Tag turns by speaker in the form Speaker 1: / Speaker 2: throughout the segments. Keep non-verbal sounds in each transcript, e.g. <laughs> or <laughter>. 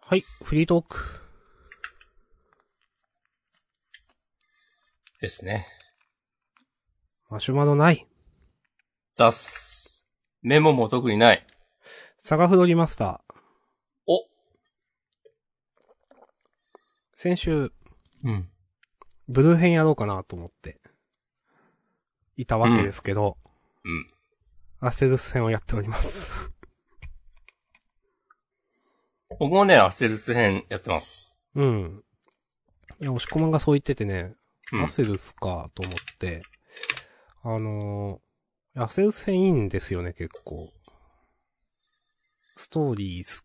Speaker 1: はい、フリートーク。
Speaker 2: ですね。
Speaker 1: マシュマロない。
Speaker 2: ザス。メモも特にない。
Speaker 1: サガフロリマスター。
Speaker 2: お
Speaker 1: 先週、
Speaker 2: うん。
Speaker 1: ブルー編やろうかなと思って、いたわけですけど、
Speaker 2: うん。
Speaker 1: アセルス編をやっております。
Speaker 2: 僕もね、アセルス編やってます。
Speaker 1: うん。いや、押し込まんがそう言っててね、
Speaker 2: うん
Speaker 1: ア。セルスかと思って、あのーアセルス編いいんですよね、結構。ストーリーす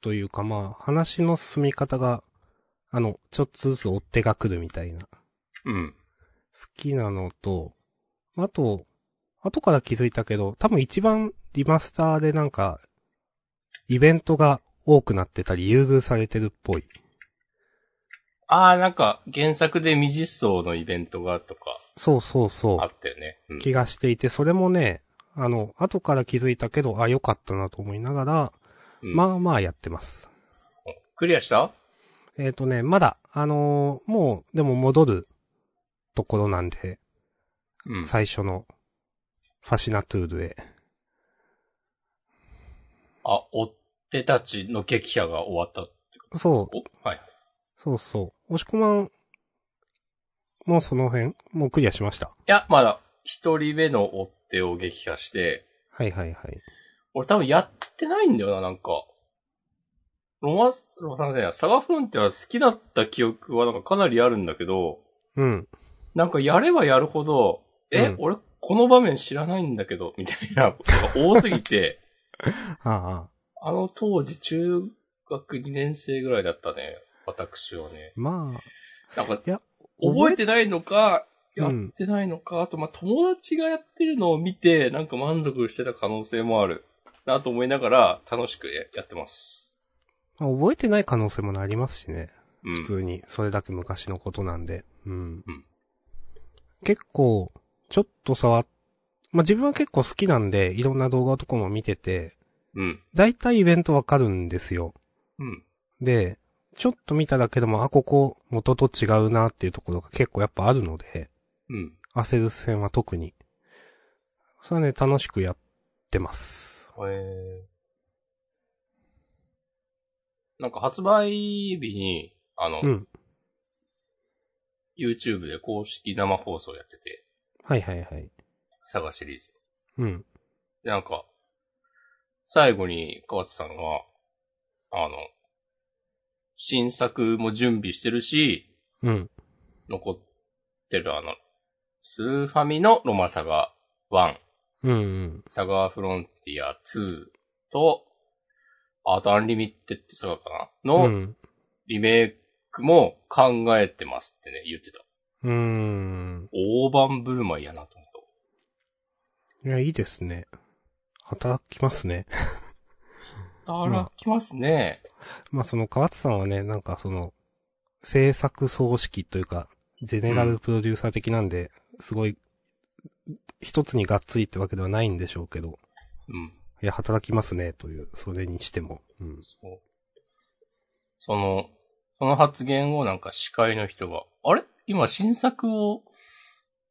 Speaker 1: というか、まあ、話の進み方が、あの、ちょっとずつ追ってが来るみたいな。好
Speaker 2: うん。
Speaker 1: きなのと、あと、後から気づいたけど、多分一番リマスターでなんか、イベントが多くなってたり、優遇されてるっぽい。
Speaker 2: あー、なんか、原作で未実装のイベントがとか、
Speaker 1: そうそうそう。
Speaker 2: あったよね。うん。
Speaker 1: 気がしていて、それもね、あの、後から気づいたけど、あ、良かったなと思いながら、
Speaker 2: うん
Speaker 1: まあまあやってます。
Speaker 2: クリアした
Speaker 1: えっ、とね、まだ、あのーもう、でも戻るところなんで、
Speaker 2: うん。
Speaker 1: 最初のファシナトゥールへ。
Speaker 2: あ、追ってたちの撃破が終わったってこ
Speaker 1: そう、
Speaker 2: とおはい。
Speaker 1: そうそう。押し込まん、もうその辺、もうクリアしました。
Speaker 2: いや、まだ、一人目の追っ手を撃破して、
Speaker 1: はいはいはい。
Speaker 2: 俺多分やってないんだよな、なんか。ロマンス、ロマンスじゃない、サガフロンティア好きだった記憶はなんかかなりあるんだけど、
Speaker 1: うん。
Speaker 2: なんかやればやるほど、え、
Speaker 1: うん
Speaker 2: 俺この場面知らないんだけど、みたいなことが多す
Speaker 1: <laughs>
Speaker 2: ぎて、
Speaker 1: ああ。
Speaker 2: あの当時中学2年生ぐらいだったね、私はね。
Speaker 1: まあ、
Speaker 2: なんか
Speaker 1: いや、
Speaker 2: 覚えてないのか、や
Speaker 1: う
Speaker 2: っ
Speaker 1: ん
Speaker 2: てないのか、あとまあ友達がやってるのを見て、なんか満足してた可能性もあるなと思いながら楽しくややってます。
Speaker 1: まあ覚えてない可能性もありますしね。
Speaker 2: うん
Speaker 1: 普通に、それだけ昔のことなんで。うん。
Speaker 2: うん
Speaker 1: 結構、ちょっと触っ、まあ、自分は結構好きなんで、いろんな動画とかも見てて、
Speaker 2: うん。
Speaker 1: だいたいイベントわかるんですよ。
Speaker 2: うん。
Speaker 1: で、ちょっと見ただけでも、あ、ここ、元と違うなっていうところが結構やっぱあるので、
Speaker 2: うん。
Speaker 1: 焦る戦は特に。それはね、楽しくやってます。
Speaker 2: えー、なんか発売日に、あの、
Speaker 1: うん。
Speaker 2: YouTube で公式生放送やってて、
Speaker 1: はいはいはい。
Speaker 2: サガシリーズ。
Speaker 1: うん。
Speaker 2: で、なんか、最後に河津さんが、あの、新作も準備してるし、
Speaker 1: うん。
Speaker 2: 残ってるあの、スーファミのロマサガ1、
Speaker 1: うんうん。
Speaker 2: サガーフロンティア2と、あとアンリミッテッドサガかな
Speaker 1: う
Speaker 2: の、
Speaker 1: ん。
Speaker 2: リメイクも考えてますってね、言ってた。
Speaker 1: うーん。
Speaker 2: 大盤振る舞いやなと思っ
Speaker 1: いや、いいですね。働きますね。 <laughs>
Speaker 2: た。働きますね。
Speaker 1: まあその河津さんはね、なんかその、制作総指揮というか、ゼネラルプロデューサー的なんで、すごい、一つにがっつりってわけではないんでしょうけど、
Speaker 2: うん。
Speaker 1: いや、働きますね、という、それにしても。うん。
Speaker 2: そうその、その発言をなんか司会の人が、あれ今新作を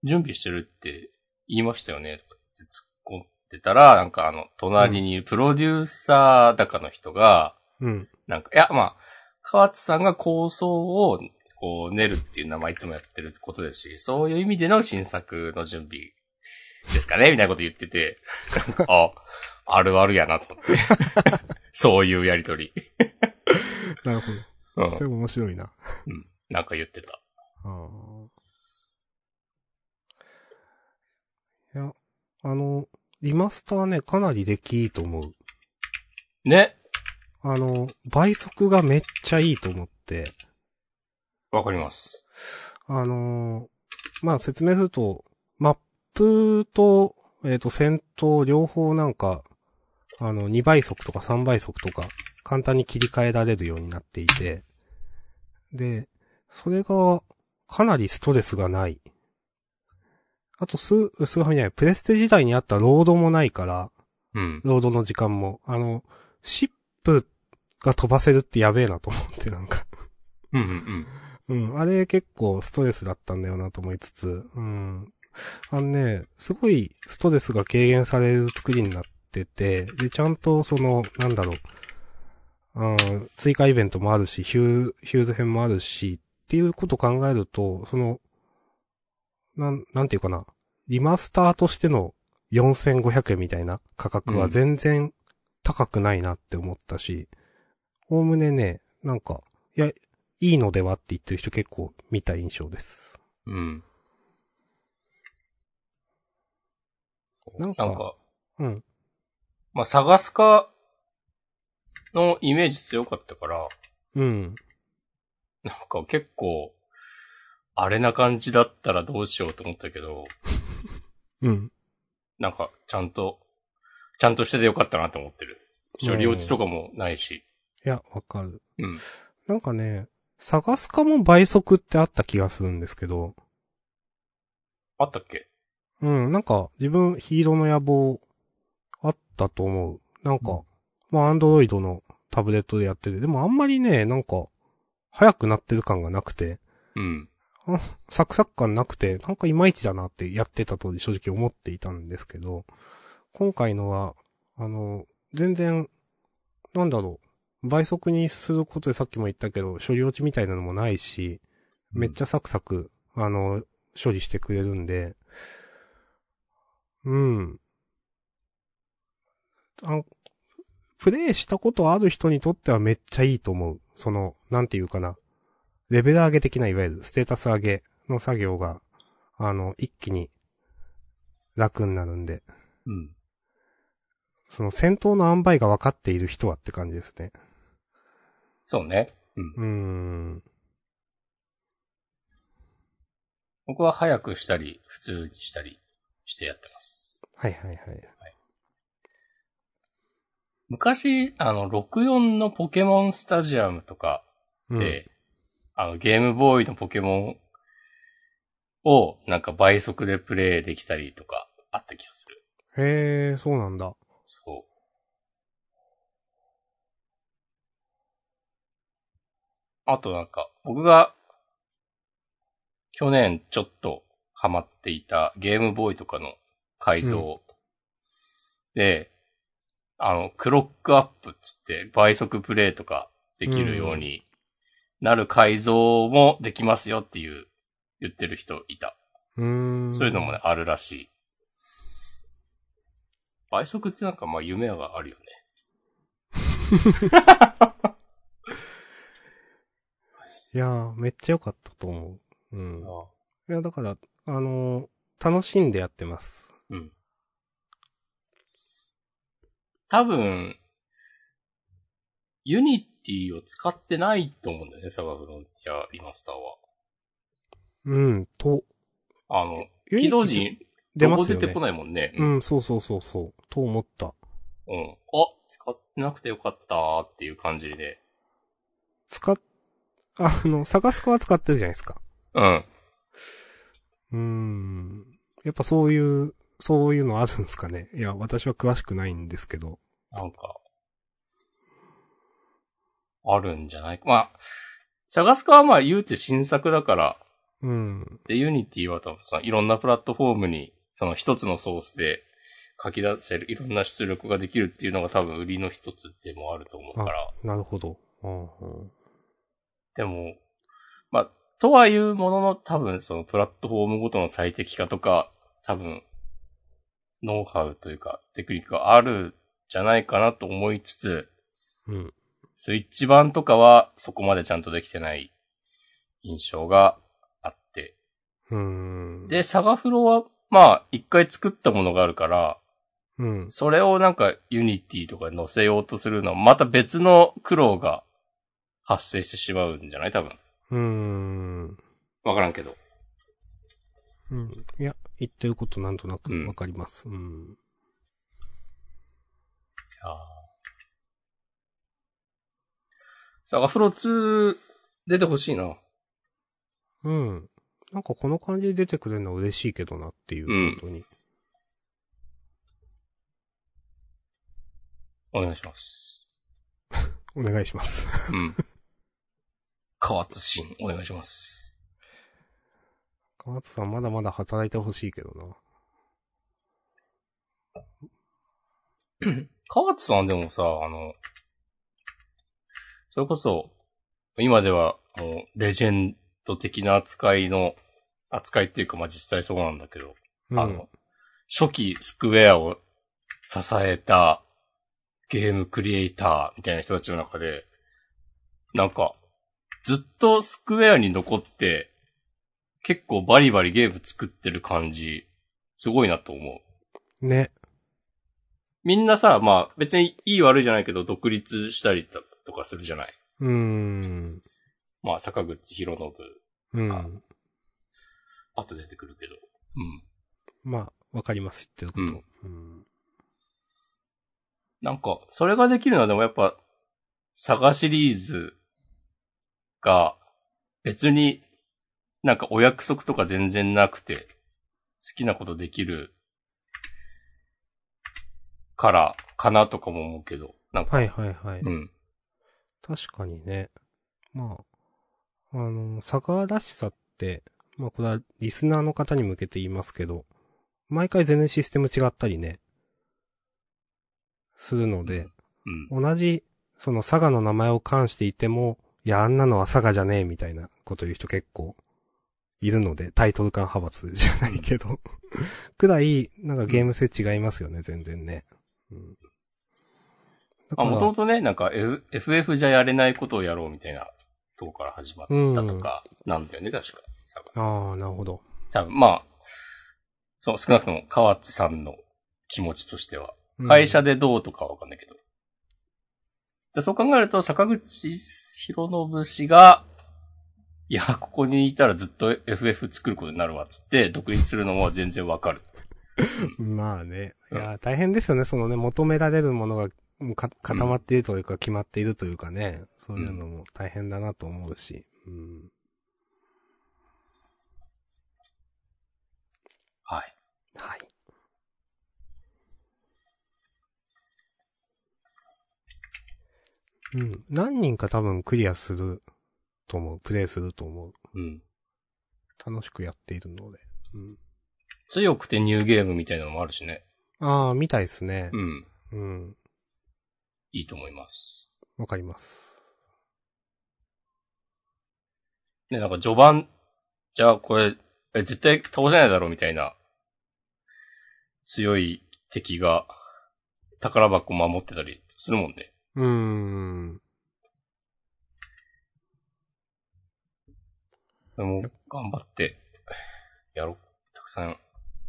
Speaker 2: 準備してるって言いましたよねとかって突っ込んでたら、なんかあの、隣にプロデューサーだかの人が、
Speaker 1: うん。
Speaker 2: なんか、いや、まあ、河津さんが構想を、こう、練るっていうのは、まあ、いつもやってることですし、そういう意味での新作の準備ですかねみたいなこと言ってて、なんかあ、あるあるやなと思って。 <laughs> そういうやりとり。
Speaker 1: <laughs> なるほ
Speaker 2: う
Speaker 1: <laughs> ど。それ面白いな。
Speaker 2: ん。なんか言ってた。
Speaker 1: ああ。いや、あの、リマスターね、かなり出来いいと思う。
Speaker 2: ね。
Speaker 1: あの、倍速がめっちゃいいと思って。
Speaker 2: わかります。
Speaker 1: あのーまあ、説明すると、マップと、えっ、と、戦闘両方なんか、あの、2倍速とか3倍速とか、簡単に切り替えられるようになっていて、で、それが、かなりストレスがない。あと、す、すがみじゃない、プレステ時代にあったロードもないから、
Speaker 2: うん。
Speaker 1: ロードの時間も、あの、シップが飛ばせるってやべえなと思って、なんか。
Speaker 2: うんうん
Speaker 1: うん、あれ結構ストレスだったんだよなと思いつつ、うん。あのね、すごいストレスが軽減される作りになってて、で、ちゃんとその、なんだろう、うん、追加イベントもあるし、ヒュー、ヒューズ編もあるし、っていうことを考えると、その、なん、なんていうかな、リマスターとしての4500円みたいな価格は全然高くないなって思ったし、おおむねね、なんか、いや、いいのではって言ってる人結構見た印象です。
Speaker 2: うん。うん。
Speaker 1: なんか
Speaker 2: なんか、
Speaker 1: うん。
Speaker 2: まあ、探すかのイメージ強かったから、
Speaker 1: うん。
Speaker 2: なんか結構、あれな感じだったらどうしようと思ったけど、
Speaker 1: うん。
Speaker 2: なんかちゃんと、ちゃんとしててよかったなと思ってる。処理落ちとかもないし。
Speaker 1: いや、わかる。
Speaker 2: うん。
Speaker 1: なんかね、探すかも倍速ってあった気がするんですけど、
Speaker 2: あったっけ
Speaker 1: うん、なんか自分ヒーローの野望あったと思う。なんか、まあアンドロイドのタブレットでやってて、でもあんまりね、なんか、早くなってる感がなくて、
Speaker 2: うん。
Speaker 1: サクサク感なくて、なんかいまいちだなってやってたと正直思っていたんですけど、今回のは、あの、全然、なんだろう、倍速にすることでさっきも言ったけど、処理落ちみたいなのもないし、めっちゃサクサク、あの、処理してくれるんで、うん。あプレイしたことある人にとってはめっちゃいいと思う。その、なんていうかな。レベル上げ的ないわゆるステータス上げの作業が、あの、一気に楽になるんで、
Speaker 2: うん。
Speaker 1: その戦闘の塩梅が分かっている人はって感じですね。
Speaker 2: そうね。うん。
Speaker 1: うーん。
Speaker 2: 僕は早くしたり、普通にしたりしてやってます。
Speaker 1: はいはいはい。
Speaker 2: 昔、あの、64のポケモンスタジアムとか
Speaker 1: うん、
Speaker 2: で、あの、ゲームボーイのポケモンを、なんか倍速でプレイできたりとか、あった気がする。
Speaker 1: へえ、そうなんだ。
Speaker 2: そう。あとなんか、僕が、去年ちょっとハマっていたゲームボーイとかの改造で、あの、クロックアップっつって倍速プレイとかできるようになる改造もできますよっていう言ってる人いた。
Speaker 1: うーん。
Speaker 2: そういうのもね、。あるらしい。倍速ってなんかまあ夢があるよね。
Speaker 1: いやー、めっちゃ良かったと思う。うん。いや、だから、あのー楽しんでやってます。
Speaker 2: うん。多分、ユニティを使ってないと思うんだよね、サガフロンティアリマスター
Speaker 1: うん、と、
Speaker 2: は。あの、
Speaker 1: ユニ
Speaker 2: 起
Speaker 1: ティ
Speaker 2: 動時に
Speaker 1: 出ま
Speaker 2: ロゴ
Speaker 1: すよね
Speaker 2: 出て。こないもんね。
Speaker 1: う
Speaker 2: うん。
Speaker 1: ん、そうそうそうそう。と思った。
Speaker 2: うんあ、使ってなくてよかったーっていう感じで。
Speaker 1: 使っ、あの、探すかは使ってるじゃないですか。
Speaker 2: うん。
Speaker 1: うーん。やっぱそういう、そういうのあるんですかね。い <laughs> や、私は詳しくないんですけど。
Speaker 2: なんか、あるんじゃないまあ、シャガスカはまあ言うて新作だから、
Speaker 1: うん。
Speaker 2: で、ユニティは多分さ、いろんなプラットフォームに、その一つのソースで書き出せる、いろんな出力ができるっていうのが多分売りの一つでもあると思うから、
Speaker 1: なるほど。うんうん
Speaker 2: でも、まあ、とはいうものの多分そのプラットフォームごとの最適化とか、多分、ノウハウというか、テクニックがあるんじゃないかなと思いつつ、
Speaker 1: うん。
Speaker 2: スイッチ版とかはそこまでちゃんとできてない印象があって。
Speaker 1: うん。、
Speaker 2: で、サガフロは、まあ、一回作ったものがあるから、
Speaker 1: うん。
Speaker 2: それをなんかユニティとかに載せようとするのは、また別の苦労が発生してしまうんじゃない多分。
Speaker 1: うん。
Speaker 2: わからんけど。
Speaker 1: うん。いや、言ってることなんとなく
Speaker 2: うん
Speaker 1: わかります。うん。
Speaker 2: サガフロ2出てほしいな。
Speaker 1: うん。なんかこの感じで出てくれるのは嬉しいけどなっていう、
Speaker 2: うん
Speaker 1: 本当に。
Speaker 2: お願いします。
Speaker 1: お願いします。 <laughs>
Speaker 2: うん。河津新、お願いします。
Speaker 1: 川津さんまだまだ働いてほしいけどな。
Speaker 2: 河津さんでもさ、あの、それこそ、今ではもうレジェンド的な扱いの、扱いっていうかまあ実際そうなんだけど、
Speaker 1: うん、
Speaker 2: あの、初期スクエアを支えたゲームクリエイターみたいな人たちの中で、なんか、ずっとスクエアに残って、結構バリバリゲーム作ってる感じ、すごいなと思う。
Speaker 1: ね。
Speaker 2: みんなさ、まあ別にいい悪いじゃないけど、独立したりとかするじゃない。
Speaker 1: うーん。
Speaker 2: まあ坂口博信、
Speaker 1: うん。
Speaker 2: 後出てくるけど。うん。
Speaker 1: まあ、わかります、言ってること。うん。
Speaker 2: なんか、それができるのはでもやっぱ、サガシリーズが別になんかお約束とか全然なくて、好きなことできるからかなとかも思うけど、なんか、
Speaker 1: はいはいはい。
Speaker 2: うん。
Speaker 1: 確かにね。まあ、あの、佐川らしさって、まあこれはリスナーの方に向けて言いますけど、毎回全然システム違ったりね、するので、
Speaker 2: うん。
Speaker 1: 同じ、その佐賀の名前を冠していても、いや、あんなのは佐賀じゃねえ、みたいなこと言う人結構、いるので、タイトル感派閥じゃないけど、 <laughs> くらい、なんかゲーム性違いますよね、全然ね。うん。だか
Speaker 2: あ、
Speaker 1: ら
Speaker 2: もともとね、なんか、F、FF じゃやれないことをやろうみたいなとこから始まったとか、なんだよね、確か。サガ
Speaker 1: ああ、なるほど。
Speaker 2: 多分、まあ、そう、少なくとも河内さんの気持ちとして
Speaker 1: う
Speaker 2: は。
Speaker 1: ん
Speaker 2: 会社でどうとかはわかんないけど。でそう考えると、坂口博信氏が、いや、ここにいたらずっと FF 作ることになるわ、つって、独立するのも全然わかる。
Speaker 1: まあね。い
Speaker 2: うん
Speaker 1: や、大変ですよね。そのね、求められるものがもうか固まっているというか、決まっているというかね。そういうのも大変だなと思うし。うん。
Speaker 2: はい。
Speaker 1: はい。うん。何人か多分クリアすると思う。プレイすると思う。
Speaker 2: うん。
Speaker 1: 楽しくやっているので。うん。
Speaker 2: 強くてニューゲームみたいなのもあるしね。
Speaker 1: ああ、みたいですね
Speaker 2: う。ん。
Speaker 1: うん。
Speaker 2: いいと思います。
Speaker 1: わかります。
Speaker 2: で、なんか序盤、じゃあこれ、え絶対倒せないだろうみたいな、強い敵が宝箱守ってたりするもんね。
Speaker 1: うーん。
Speaker 2: でも頑張って、やろう。たくさん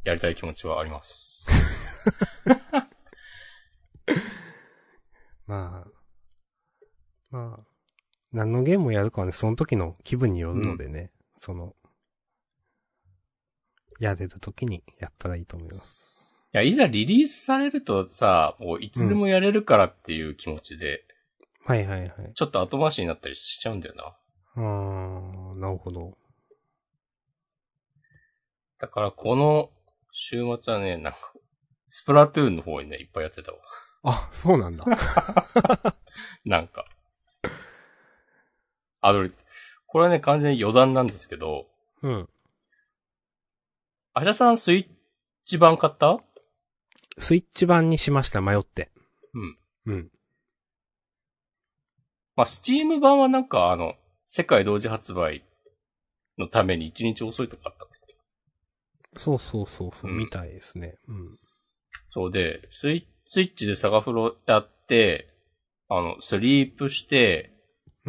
Speaker 2: やりたい気持ちはあります。 <laughs>
Speaker 1: まあ、まあ、何のゲームをやるかはね、その時の気分によるのでね、その、やれる時にやったらいいと思います。
Speaker 2: いや、いざリリースされるとさ、もういつでもやれるからっていう気持ちで、
Speaker 1: はいはいはい。
Speaker 2: ちょっと後回しになったりしちゃうんだよな。
Speaker 1: あー、なるほど。
Speaker 2: だからこの週末はね、なんか、スプラトゥーンの方にね、いっぱいやってたわ。 <laughs>
Speaker 1: あ、そうなんだ。
Speaker 2: なんか。あ、でもこれはね、完全に余談なんですけど、
Speaker 1: <laughs> うん。
Speaker 2: あ田さんスイッチ版買った
Speaker 1: スイッチ版にしました、迷って。
Speaker 2: うん。
Speaker 1: うん。
Speaker 2: まあ、スチーム版はなんかあの、世界同時発売のために一日遅いとかあったんだけど
Speaker 1: そうそうそうそう、
Speaker 2: うん
Speaker 1: みたいですね。うん。
Speaker 2: そうで、スイスイッチでサガフロやって、あの、スリープして、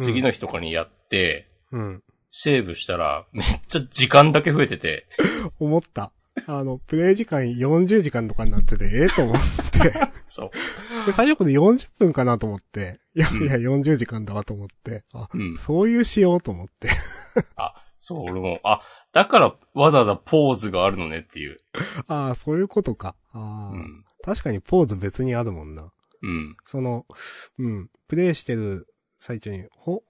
Speaker 2: 次の日とかにやって、
Speaker 1: うん。
Speaker 2: セーブしたら、めっちゃ時間だけ増えてて、
Speaker 1: 思った。あの、プレイ時間40時間とかになってて、ええと思って。
Speaker 2: そう。
Speaker 1: で最初これ40分かなと思って、いや
Speaker 2: うん
Speaker 1: いや40時間だわと思って、あ、
Speaker 2: うん
Speaker 1: そういう仕様と思って。 <laughs>
Speaker 2: そう、俺も、あ、だからわざわざポーズがあるのねっていう。
Speaker 1: ああ、そういうことか。ああ、
Speaker 2: うん。
Speaker 1: 確かにポーズ別にあるもんな。
Speaker 2: うん。
Speaker 1: その、うん、プレイしてる最中に、ほ、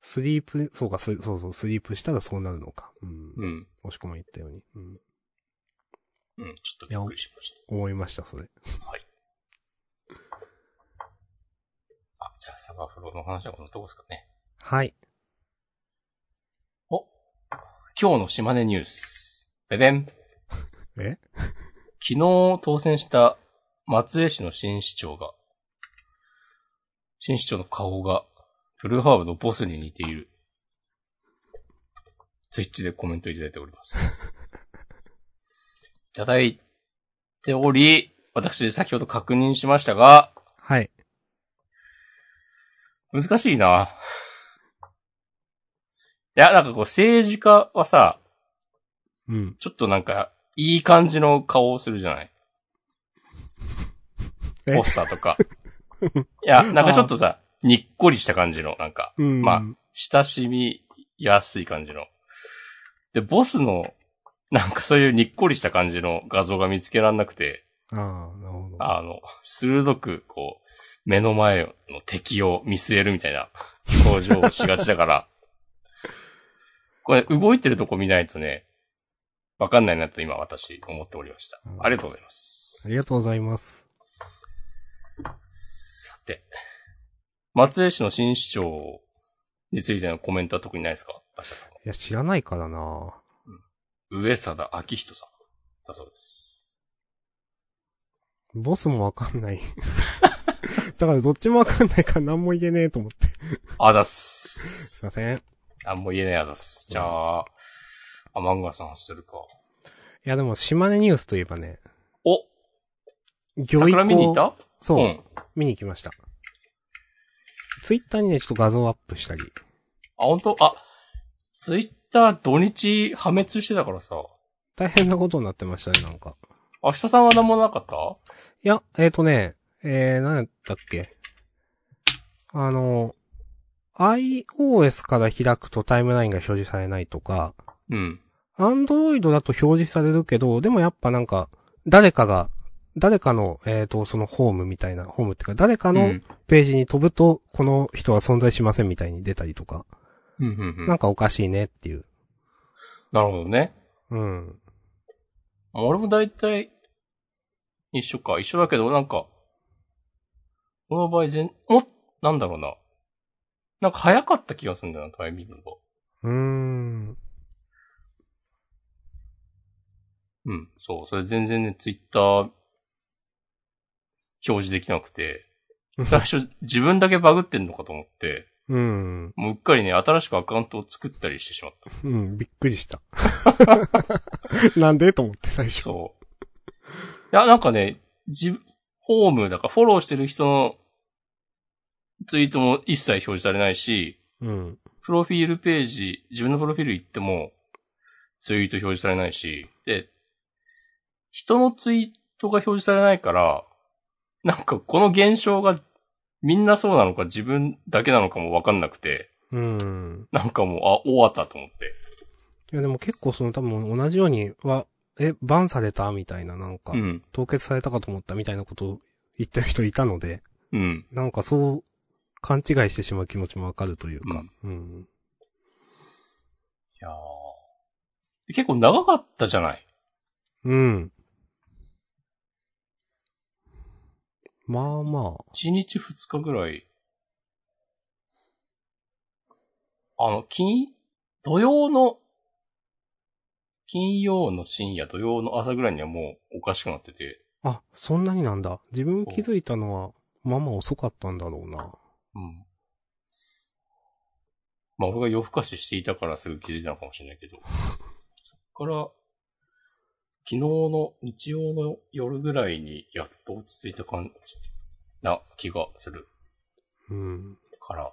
Speaker 1: スリープ、そうか、そうそうそう、スリープしたらそうなるのか。うん。
Speaker 2: うん。
Speaker 1: もしくも言ったように。うん。
Speaker 2: うん。ちょっとびっくりしまし
Speaker 1: 思いました、それ。
Speaker 2: た。はい。あ、じゃあサガフロの話はこんなとこですかね。
Speaker 1: はい。
Speaker 2: お今日の島根ニュース。べべん
Speaker 1: え
Speaker 2: 昨日当選した松江市の新市長が、新市長の顔が、プルーハーブのボスに似ている。ツイッチでコメントいただいております。いただいており、私先ほど確認しましたが、
Speaker 1: はい。
Speaker 2: 難しいな。いや、なんかこう政治家はさ、
Speaker 1: うん。
Speaker 2: ちょっとなんか、いい感じの顔をするじゃない
Speaker 1: え
Speaker 2: ポスターとか。いや、なんかちょっとさ、にっこりした感じの、なんか、
Speaker 1: うん。
Speaker 2: まあ親しみやすい感じの。で、ボスの、なんかそういうにっこりした感じの画像が見つけられなくて、
Speaker 1: ああ、なるほど。
Speaker 2: あの、鋭く、こう、目の前の敵を見据えるみたいな表情をしがちだから、 <laughs> これ、動いてるとこ見ないとね、わかんないなと今私思っておりました
Speaker 1: う。ん
Speaker 2: ありがとうございます。
Speaker 1: ありがとうございます。
Speaker 2: さて、松江市の新市長についてのコメントは特にないですか馬車さん
Speaker 1: いや、知らないからな
Speaker 2: 上貞明人さんだそうです。
Speaker 1: ボスもわかんない。 <laughs> だからどっちもわかんないから何も言えねえと思って。
Speaker 2: あざっす。
Speaker 1: すいません。い
Speaker 2: あ、もう言えないあざっす。じゃあ、アマンガスの話するか。
Speaker 1: や、でも、島根ニュースといえばね、
Speaker 2: お
Speaker 1: 魚
Speaker 2: 桜見に行った
Speaker 1: そう、
Speaker 2: ん。
Speaker 1: 見に行きました。ツイッターにね、ちょっと画像アップしたり。
Speaker 2: あ、本当あ、ツイッター土日破滅してたからさ。
Speaker 1: 大変なことになってましたね、なんか。
Speaker 2: 明日さんは何もなかった
Speaker 1: いや、えっ、ー、とね、えー、なんだっけ。あの、iOS から開くとタイムラインが表示されないとか、
Speaker 2: うん。
Speaker 1: Android だと表示されるけど、でもやっぱなんか、誰かが、誰かの、えっ、ー、と、そのホームみたいな、ホームっていうか、誰か
Speaker 2: あう
Speaker 1: の
Speaker 2: ん、
Speaker 1: ページに飛ぶと、この人は存在しませんみたいに出たりとか、
Speaker 2: うん、うんうん
Speaker 1: なんかおかしいねっていう。
Speaker 2: なるほどね。
Speaker 1: うん。
Speaker 2: 俺も大体、一緒か。一緒だけど、なんか、この場合全、も、なんだろうな。なんか早かった気がするんだよな、タイミングが。
Speaker 1: うーん。
Speaker 2: うん、そう。それ全然ね、ツイッター、表示できなくて、最初自分だけバグってんのかと思って、
Speaker 1: うん。
Speaker 2: もううっかりね、新しくアカウントを作ったりしてし
Speaker 1: <laughs>
Speaker 2: まった。
Speaker 1: うん、びっくりした。 <laughs> なんでと思って最初。
Speaker 2: そう。いや、なんかね、自、ホームだからフォローしてる人のツイートも一切表示されないし、
Speaker 1: うん。
Speaker 2: プロフィールページ、自分のプロフィール行っても、ツイート表示されないし、で、人のツイートが表示されないから、なんかこの現象がみんなそうなのか自分だけなのかもわかんなくて、
Speaker 1: うん。
Speaker 2: なんかもう、あ、終わったと思って。
Speaker 1: いや、でも結構その多分同じようには、え、バンされたみたいな、なんか
Speaker 2: う、ん。
Speaker 1: 凍結されたかと思ったみたいなことを言ってる人いたので、
Speaker 2: うん。
Speaker 1: なんかそう、勘違いしてしまう気持ちもわかるというか。うん。
Speaker 2: いやーで結構長かったじゃない
Speaker 1: うん。まあま
Speaker 2: ?1 日2日ぐらい。あの、金、土曜の、金曜の深夜、土曜の朝ぐらいにはもうおかしくなってて、
Speaker 1: あ。あ、そんなになんだ。自分気づいたのは、まあまあ遅かったんだろうな。
Speaker 2: うん。まあ俺が夜更かししていたからすぐ気づいたのかもしれないけど、そっから、昨日の日曜の夜ぐらいにやっと落ち着いた感じな気がする
Speaker 1: うん。
Speaker 2: から、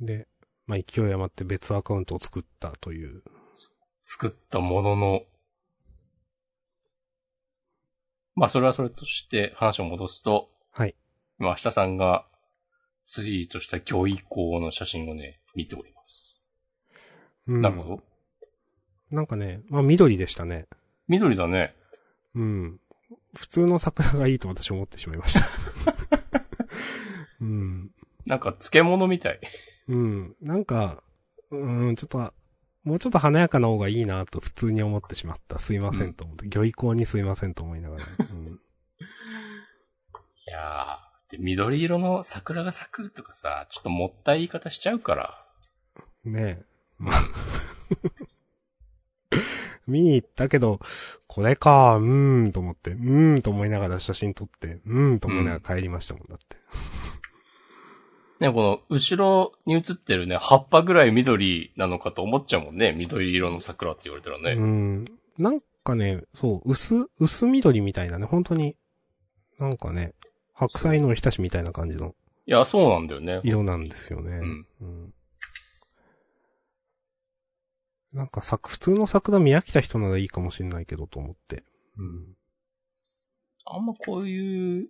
Speaker 1: で、まあ勢い余って別アカウントを作ったという。
Speaker 2: 作ったものの、まあそれはそれとして話を戻すと、
Speaker 1: はい。
Speaker 2: 今、明日さんがツイートした今日以降の写真をね、見ております。
Speaker 1: うん、
Speaker 2: なるほど。
Speaker 1: なんかね、まあ緑でしたね。
Speaker 2: 緑だね。
Speaker 1: うん。普通の桜がいいと私思ってしまいま
Speaker 2: <laughs>
Speaker 1: した。うん。
Speaker 2: なんか漬物みたい。
Speaker 1: うん。なんか、うん、ちょっと、もうちょっと華やかな方がいいなと普通に思ってしまった。すいませんと思って。魚意向にすいませんと思いながら。うん。
Speaker 2: いやー、って緑色の桜が咲くとかさ、ちょっともったい言い方しちゃうから。
Speaker 1: ねえ。 <laughs> 見に行ったけど、これか、うーん、と思って、うーん、と思いながら写真撮って、うーん、と思いながら帰りましたもんだって。
Speaker 2: ね、この後ろに映ってるね、葉っぱぐらい緑なのかと思っちゃうもんね。緑色の桜って言われたら
Speaker 1: う
Speaker 2: ね。
Speaker 1: ん。なんかね、そう、薄、薄緑みたいなね、本当に、なんかね、白菜のおひたしみたいな感じの
Speaker 2: いや、そうなんだよね。
Speaker 1: 色なんですよね
Speaker 2: う。ん。
Speaker 1: うん。なんかさ、普通の桜見飽きた人ならいいかもしんないけどと思って。
Speaker 2: うん。あんまこういう、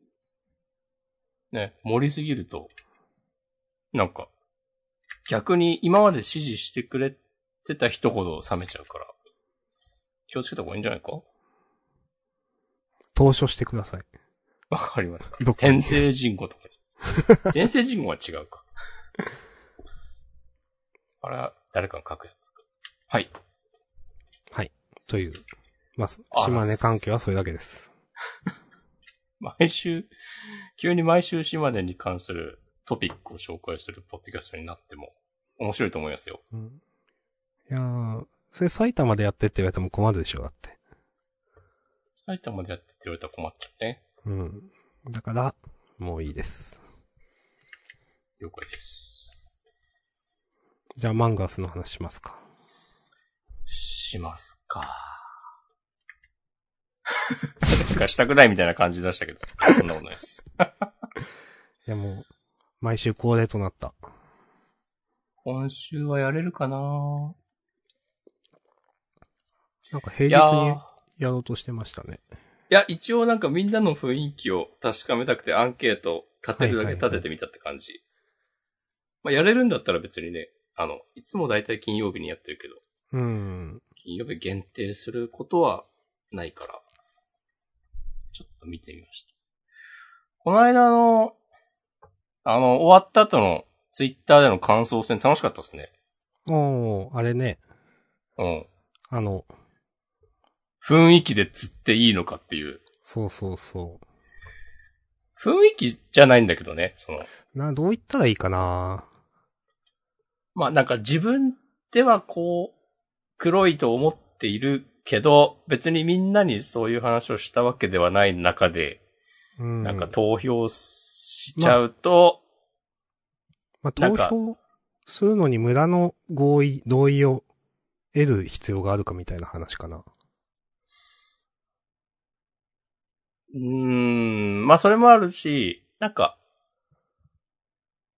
Speaker 2: ね、盛りすぎると、なんか、逆に今まで支持してくれてた人ほど冷めちゃうから、気をつけた方がいいんじゃないか <laughs>
Speaker 1: 投書してください。
Speaker 2: わかりました。
Speaker 1: どっかに
Speaker 2: 天聖人語とかに。天聖人語は違うか。あれは誰かが書くやつか。はい。
Speaker 1: という。まあ、す
Speaker 2: あ
Speaker 1: 島根関係はそれだけです。
Speaker 2: 毎週、急に毎週島根に関するトピックを紹介するポッドキャストになっても面白いと思いますよ。
Speaker 1: うん、いやー、それ埼玉でやってって言われても困るでしょ、だって。
Speaker 2: 埼玉でやってって言われたら困っちゃうね。
Speaker 1: うん。だから、もういいです。
Speaker 2: 了解です。
Speaker 1: じゃあ、マンガースの話しますか。
Speaker 2: しますか。なんかしたくないみたいな感じでしたけど、そんなことないです。
Speaker 1: いや、もう、毎週恒例となった。
Speaker 2: 今週はやれるかな
Speaker 1: なんか
Speaker 2: いや
Speaker 1: 平日
Speaker 2: ー
Speaker 1: にやろうとしてましたね。
Speaker 2: いや、一応なんかみんなの雰囲気を確かめたくてアンケート立てるだけ立ててみたって感じ。まあ、やれるんだったら別にね、あの、いつもだいたい金曜日にやってるけど、
Speaker 1: うん。
Speaker 2: 金曜日限定することはないから、ちょっと見てみました。この間の、あの、終わった後のツイッターでの感想戦楽しかったですね。
Speaker 1: おー、あれね、
Speaker 2: うん。
Speaker 1: あの、
Speaker 2: 雰囲気で釣っていいのかっていう。
Speaker 1: そうそうそ
Speaker 2: 雰囲気じゃないんだけどね、その、
Speaker 1: う。な、どう言ったらいいかな
Speaker 2: まあなんか自分ではこう、黒いと思っているけど、別にみんなにそういう話をしたわけではない中で、
Speaker 1: うん。
Speaker 2: なんか投票しちゃうと、
Speaker 1: まあ、
Speaker 2: なん
Speaker 1: 投
Speaker 2: か
Speaker 1: 票するのに村の合意、同意を得る必要があるかみたいな話かな。
Speaker 2: うーん、まあそれもあるし、なんか、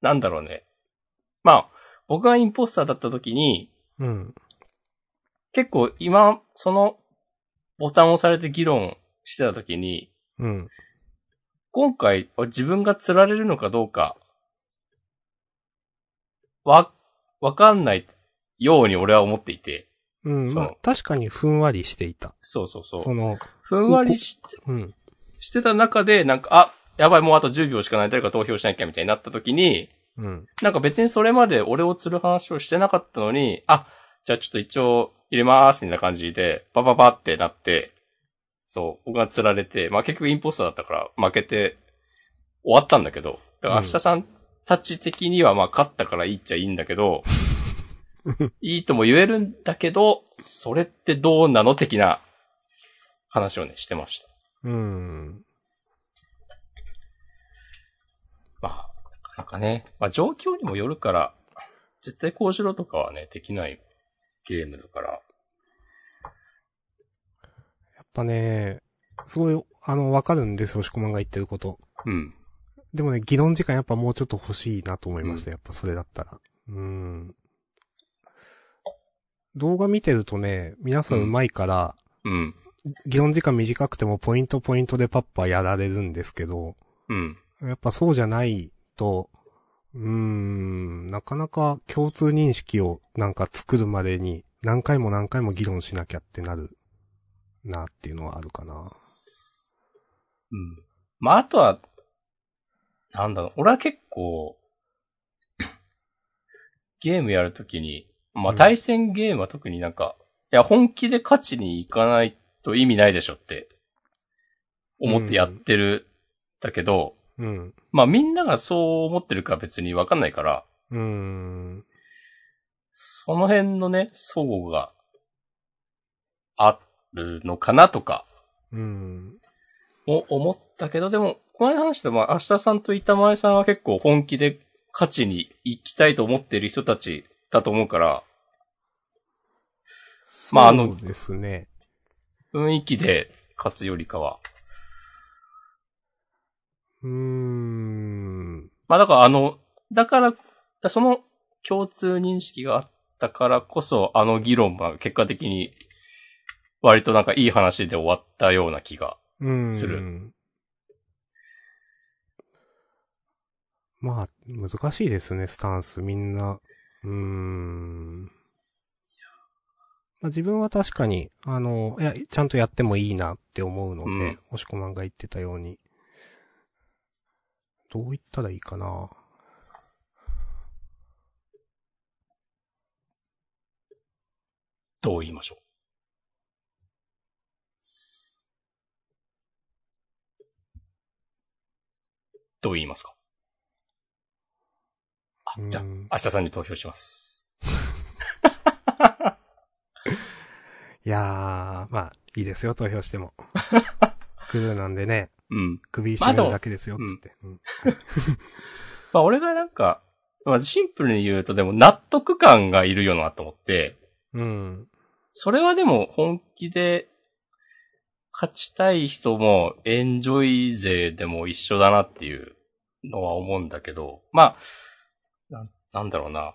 Speaker 2: なんだろうね。まあ、僕がインポスターだった時に、
Speaker 1: うん。
Speaker 2: 結構今、その、ボタンを押されて議論してた時に、
Speaker 1: うん。
Speaker 2: 今回、自分が釣られるのかどうか、わ、わかんないように俺は思っていて。
Speaker 1: うん。ま
Speaker 2: そ
Speaker 1: あ
Speaker 2: う、
Speaker 1: 確かにふんわりしていた。
Speaker 2: そうそうそう。
Speaker 1: その、
Speaker 2: ふんわりし
Speaker 1: うん。
Speaker 2: してた中で、なんか、あ、やばい、もうあと10秒しかない、誰か投票しなきゃみたいになった時に、
Speaker 1: うん。
Speaker 2: なんか別にそれまで俺を釣る話をしてなかったのに、あ、じゃあちょっと一応入れまーすみたいな感じで、バババってなって、そう、僕が釣られて、まあ結局インポスターだったから負けて終わったんだけど、だから明日さんたち的にはまあ勝ったからいいっちゃいいんだけど、いいとも言えるんだけど、それってどうなの的な話をね、してました。
Speaker 1: うん。
Speaker 2: まあ、なかなかね、まあ状況にもよるから、絶対こうしろとかはね、できないゲームだから。
Speaker 1: やっぱね、すごい、あの、わかるんですよ、しこまんが言ってること。
Speaker 2: うん。
Speaker 1: でもね、議論時間やっぱもうちょっと欲しいなと思いました、やっぱそれだったら。うん。動画見てるとね、皆さん上手いから、
Speaker 2: うん。
Speaker 1: 議論時間短くてもポイントポイントでパッパやられるんですけど、
Speaker 2: うん。
Speaker 1: やっぱそうじゃないと、うーん、なかなか共通認識をなんか作るまでに何回も何回も議論しなきゃってなるなっていうのはあるかな。
Speaker 2: うん。まあ、あとは、なんだろう、俺は結構、 <coughs> ゲームやるときに、まあ、
Speaker 1: うん
Speaker 2: 対戦ゲームは特になんか、いや、本気で勝ちに行かないと意味ないでしょって、思ってやってる、だけど、
Speaker 1: ううん。
Speaker 2: まあみんながそう思ってるか別にわかんないから、
Speaker 1: うーん。
Speaker 2: その辺のね、相互があるのかなとか、
Speaker 1: うん。
Speaker 2: も思ったけど、でも、この間話した、まあ、明日さんと板前さんは結構本気で勝ちに行きたいと思っている人たちだと思うから、まああの
Speaker 1: そうですね。
Speaker 2: 雰囲気で勝つよりかは。
Speaker 1: うーん。
Speaker 2: まあ、だからあの、だから、その共通認識があったからこそ、あの議論は結果的に、割となんかいい話で終わったような気が。
Speaker 1: うん。
Speaker 2: す
Speaker 1: る。まあ、難しいですね、スタンス、みんな。うーん。まあ、自分は確かに、あの、いや、ちゃんとやってもいいなって思うので、
Speaker 2: うん
Speaker 1: 押し込まんが言ってたように。どう言ったらいいかな。
Speaker 2: どう言いましょう。どう言いますかあ、じゃあ
Speaker 1: う、ん
Speaker 2: 明日さんに投票します。
Speaker 1: いやー、まあ、いいですよ、投票して
Speaker 2: <laughs>
Speaker 1: も。クルーなんでね、
Speaker 2: うん。
Speaker 1: 首絞めるだけですよ、
Speaker 2: まあでも
Speaker 1: つって。うん
Speaker 2: まあ、俺がなんか、まあ、シンプルに言うと、でも納得感がいるよなと思って、
Speaker 1: うん。
Speaker 2: それはでも本気で勝ちたい人もエンジョイ勢でも一緒だなっていうのは思うんだけど、まあ、ななんだろうな。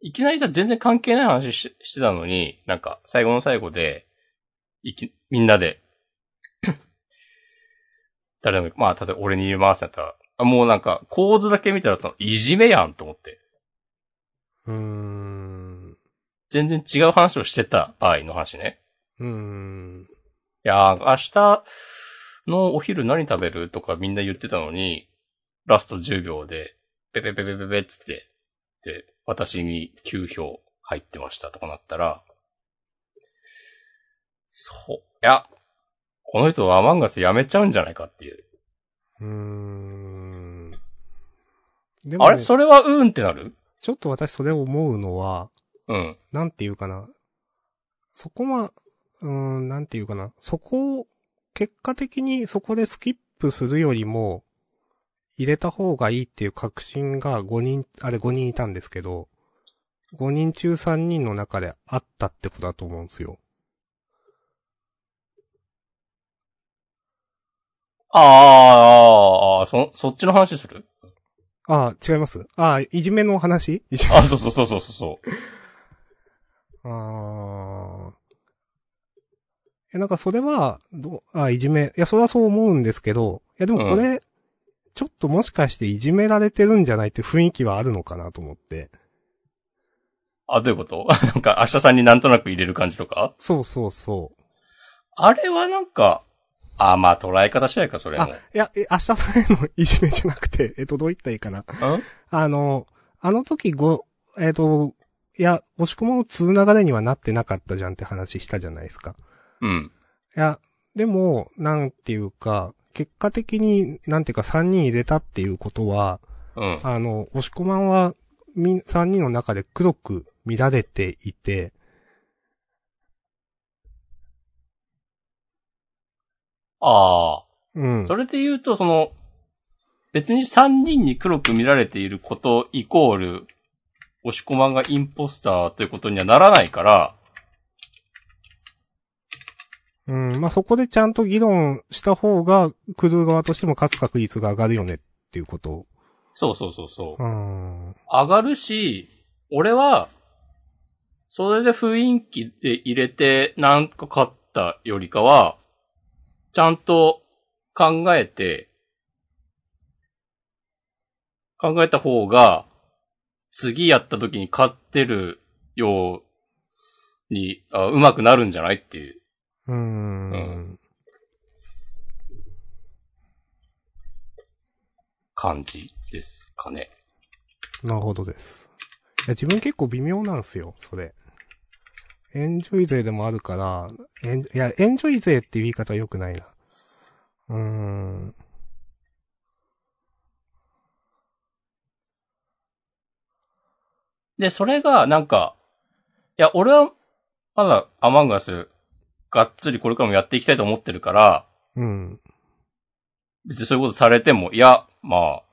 Speaker 2: いきなりさ、全然関係ない話ししてたのに、なんか最後の最後で、いき、みんなで、 <coughs> 誰でも、まあ、例えば俺に言いますってなったら、あもうなんか構図だけ見たらその、いじめやんと思って。
Speaker 1: うーん。
Speaker 2: 全然違う話をしてた場合の話ね。
Speaker 1: うーん。
Speaker 2: いやー、明日のお昼何食べるとかみんな言ってたのに、ラスト10秒で、ペペペペペペっつって、で、私に9票入ってましたとかなったら、そう、いや、この人はアマンガスやめちゃうんじゃないかっていう。
Speaker 1: うーん。で
Speaker 2: あれそれはうーんってなる
Speaker 1: ちょっと私それ思うのは、
Speaker 2: うん。
Speaker 1: なんていうかな。そこは、うーん、なんていうかな。そこを、結果的にそこでスキップするよりも、入れた方がいいっていう確信が5人、あれ5人いたんですけど、5人中3人の中であったってことだと思うんですよ。
Speaker 2: あーあー、あーそ、そっちの話する
Speaker 1: ああ、違いますああ、いじめの話いじめ
Speaker 2: あ、そうそうそうそうそう。
Speaker 1: ああ。え、なんかそれは、どう、あ、いじめ。いや、それはそう思うんですけど、いや、でもこれ、ちょっともしかしていじめられてるんじゃないって雰囲気はあるのかなと思って。
Speaker 2: あ、どういうこと <laughs> なんか、明日さんになんとなく入れる感じとか
Speaker 1: そうそうそう。
Speaker 2: あれはなんか、あ、まあ捉え方次第か、それも。
Speaker 1: あ、いや、え、明日さんへのいじめじゃなくて、えっと、どう言ったらいいかな。
Speaker 2: うん
Speaker 1: あの、あの時ご、えっと、いや、押し込まを通流れにはなってなかったじゃんって話したじゃないですか。
Speaker 2: うん。
Speaker 1: いや、でも、なんていうか、結果的に、なんていうか3人入れたっていうことは、
Speaker 2: うん。
Speaker 1: あの、押し込まんは、みん、3人の中で黒く乱れていて、
Speaker 2: ああ。
Speaker 1: うん
Speaker 2: そ。れで言うと、その、別に3人に黒く見られていることイコール、押し込まんがインポスターということにはならないから、
Speaker 1: うん。まあ、そこでちゃんと議論した方が、クルー側としても勝つ確率が上がるよねっていうこと。
Speaker 2: そうそうそうそう
Speaker 1: う。ん。
Speaker 2: 上がるし、俺は、それで雰囲気で入れてなんか勝ったよりかは、ちゃんと考えて、考えた方が、次やった時に勝ってるように、あうまくなるんじゃないっていう。
Speaker 1: うん。
Speaker 2: うん感じですかね。
Speaker 1: なるほどです。いや、自分結構微妙なんですよ、それ。エンジョイ勢でもあるから、エンいや、エンジョイ勢っていう言い方は良くないな。うーん。
Speaker 2: で、それが、なんか、いや、俺は、まだ、アマンガス、がっつりこれからもやっていきたいと思ってるから、
Speaker 1: うん。
Speaker 2: 別にそういうことされても、いや、まあ、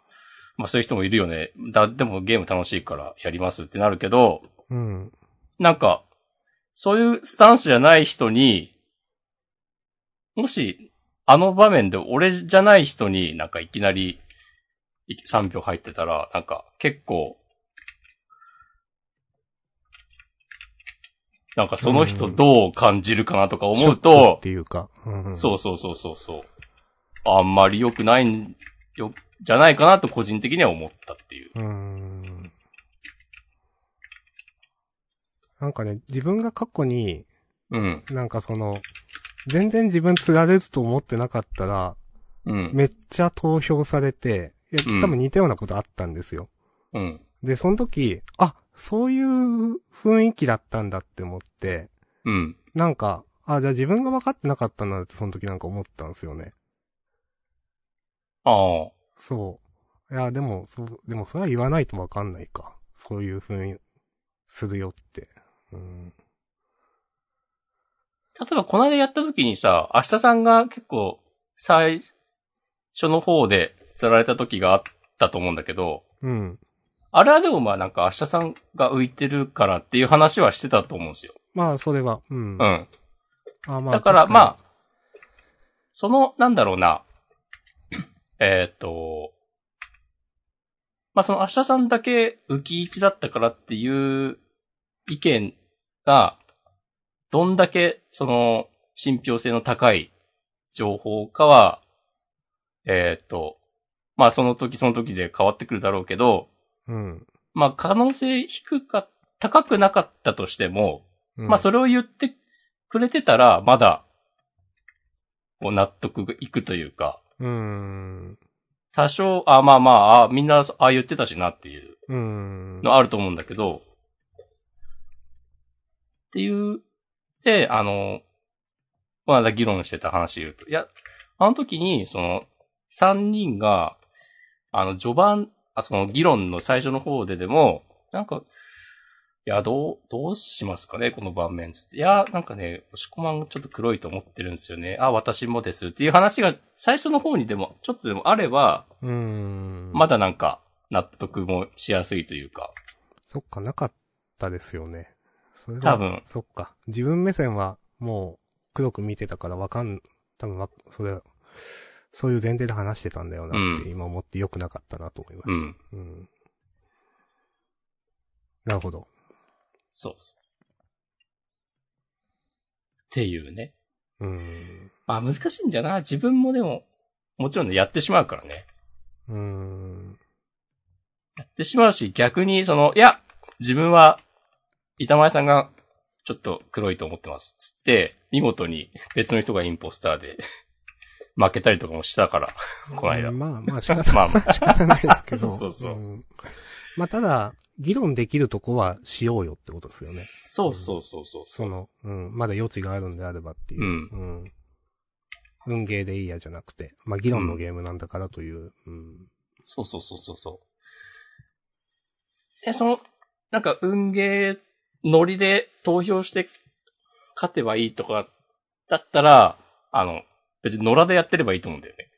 Speaker 2: まあそういう人もいるよね。だ、でもゲーム楽しいからやりますってなるけど、
Speaker 1: うん。
Speaker 2: なんか、そういうスタンスじゃない人に、もし、あの場面で俺じゃない人になんかいきなりい3票入ってたら、なんか結構、なんかその人どう感じるかなとか思う
Speaker 1: ショックっ
Speaker 2: と
Speaker 1: て、いうか。うん、
Speaker 2: そうそうそうそうそう。あんまり良くないん、よ、じゃないかなと個人的には思ったっていう。
Speaker 1: うーん。なんかね、自分が過去に、
Speaker 2: うん。
Speaker 1: なんかその、全然自分釣られると思ってなかったら、
Speaker 2: うん。
Speaker 1: めっちゃ投票されて、いや
Speaker 2: うん、
Speaker 1: 多分似たようなことあったんですよ。
Speaker 2: うん。
Speaker 1: で、その時、あ、そういう雰囲気だったんだって思って、
Speaker 2: うん。
Speaker 1: なんか、あ、じゃあ自分が分かってなかったんだってその時なんか思ったんですよね。
Speaker 2: ああ。
Speaker 1: そう。いや、でも、そう、でもそれは言わないと分かんないか。そういう風にするよって。うん。
Speaker 2: 例えば、この間やった時にさ、明日さんが結構、最初の方で釣られた時があったと思うんだけど、
Speaker 1: うん。
Speaker 2: あれはでもまあなんか明日さんが浮いてるからっていう話はしてたと思うんですよ。
Speaker 1: まあ、それは、うん。
Speaker 2: うん。
Speaker 1: あま
Speaker 2: だから、ま
Speaker 1: あ
Speaker 2: あ、その、なんだろうな、 <clears throat> えーっと、まあその明日さんだけ浮き位置だったからっていう意見が、どんだけその信憑性の高い情報かは、えーっと、まあその時その時で変わってくるだろうけど、
Speaker 1: 確かに、うん。
Speaker 2: まあ可能性低か、高くなかったとしても、
Speaker 1: うん
Speaker 2: まあ、それを言ってくれてたら、まだ、こう納得いくというか、
Speaker 1: うーん。
Speaker 2: 多少、あ、まあまあ、あみんな、ああ言ってたしなっていう
Speaker 1: うーん。
Speaker 2: のあると思うんだけど、っていう、で、あの、まだ議論してた話言うと、いや、あの時に、その、三人が、あの、序盤、あ、その議論の最初の方ででも、なんか、いや、どう、どうしますかね、この盤面つって。いや、なんかね、押し込まんがちょっと黒いと思ってるんですよね。あ、私もですっていう話が、最初の方にでも、ちょっとでもあれば、
Speaker 1: うーん。
Speaker 2: まだなんか、納得もしやすいというか。
Speaker 1: そっか、なかったですよね。それは
Speaker 2: 多分。
Speaker 1: そっか。自分目線は、もう、黒く見てたからわかん、多分わ、それ、そういう前提で話してたんだよなって、
Speaker 2: うん
Speaker 1: 今思って良くなかったなと思いまし
Speaker 2: うん。
Speaker 1: た。うん。なるほど。
Speaker 2: そうそうっていうね。
Speaker 1: うーん。
Speaker 2: まあ難しいんじゃな。自分もでも、もちろんね、やってしまうからね。
Speaker 1: うーん。
Speaker 2: やってしまうし、逆にその、いや、自分は、板前さんが、ちょっと黒いと思ってます。つって、見事に別の人がインポスターで、負けたりとかもしたから、この間。
Speaker 1: まあまあ仕方
Speaker 2: <laughs> ま
Speaker 1: ない。
Speaker 2: あま
Speaker 1: 仕方ないですけど。
Speaker 2: <laughs> そうそうそうん
Speaker 1: まあただ、議論できるとこはしようよってことですよね。
Speaker 2: そうそうそうそう。
Speaker 1: その、うん、まだ余地があるんであればっていう。。
Speaker 2: うん
Speaker 1: 運ゲーでいいやじゃなくて、まあ議論のゲームなんだからという。うん。
Speaker 2: そうそうそうそうそう。で、その、なんか、運ゲー、ノリで投票して、勝てばいいとか、だったら、あの、別に野良でやってればいいと思うんだよね。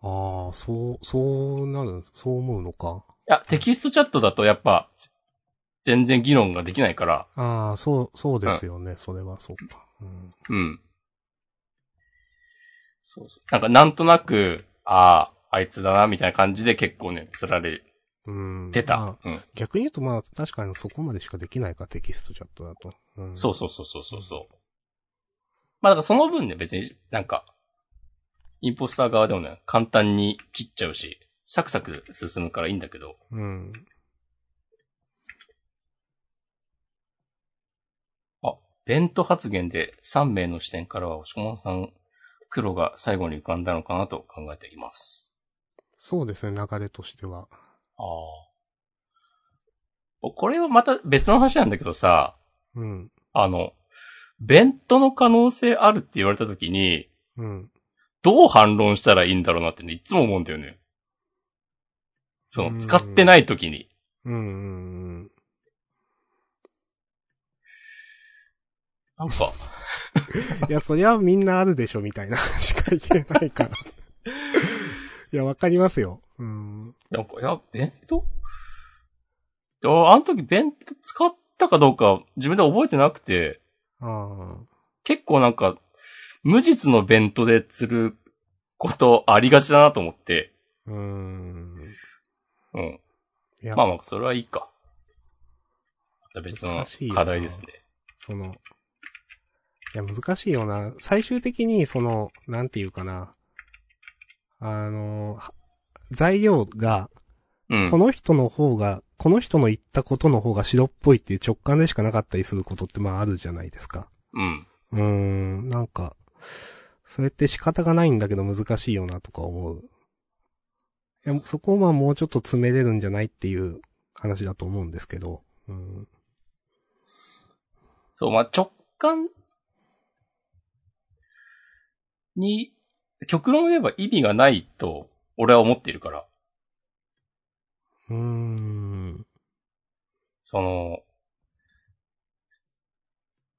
Speaker 1: ああ、そう、そうなるんです、そう思うのか。
Speaker 2: いや、テキストチャットだとやっぱ、全然議論ができないから、
Speaker 1: ああ、そう、そうですよね。それはそうか。うん。
Speaker 2: うん。そうそう。なんか、なんとなく、ああ、あいつだな、みたいな感じで結構ね、釣られ
Speaker 1: うん。
Speaker 2: て
Speaker 1: ま
Speaker 2: た。
Speaker 1: あ
Speaker 2: うん。
Speaker 1: 逆に言うとまあ、確かにそこまでしかできないか、テキストチャットだと。うん。
Speaker 2: そうそうそうそうそうそう。まあだからその分ね、別になんか、インポスター側でもね、簡単に切っちゃうし、サクサク進むからいいんだけど、
Speaker 1: う。うん。
Speaker 2: ベント発言で3名の視点からは、押駒さん、黒が最後に浮かんだのかなと考えています。
Speaker 1: そうですね、流れとしては。
Speaker 2: ああ。これはまた別の話なんだけどさ、
Speaker 1: うん。
Speaker 2: あの、ベントの可能性あるって言われた時に、
Speaker 1: うん。
Speaker 2: どう反論したらいいんだろうなってね、いつも思うんだよね。そうの、
Speaker 1: ん
Speaker 2: 使ってない時に。
Speaker 1: うんうんうん。
Speaker 2: なん
Speaker 1: <laughs>
Speaker 2: か、
Speaker 1: いや、そりゃみんなあるでしょ、みたいな <laughs> しか言えないから。いや、わかりますよ。うん。
Speaker 2: なんか、いや、弁当いや、あの時弁当使ったかどうか自分で覚えてなくて、
Speaker 1: あ
Speaker 2: 結構なんか、無実の弁当で釣ることありがちだなと思って、
Speaker 1: あ。うん。
Speaker 2: うん。
Speaker 1: いや、
Speaker 2: まあまあ、それはいいか。また別の
Speaker 1: 難しいよな
Speaker 2: 課題ですね。
Speaker 1: その、いや、難しいよな。最終的に、その、なんていうかな。あの、は材料が、
Speaker 2: うん。
Speaker 1: この人の方が、この人の言ったことの方が白っぽいっていう直感でしかなかったりすることってまああるじゃないですか。
Speaker 2: うん。
Speaker 1: うーん、なんか、それって仕方がないんだけど難しいよなとか思う。いや、そこをまあもうちょっと詰めれるんじゃないっていう話だと思うんですけど。うん。
Speaker 2: そう、まあ、直感に、極論を言えば意味がないと、俺は思っているから、
Speaker 1: うーん。
Speaker 2: その、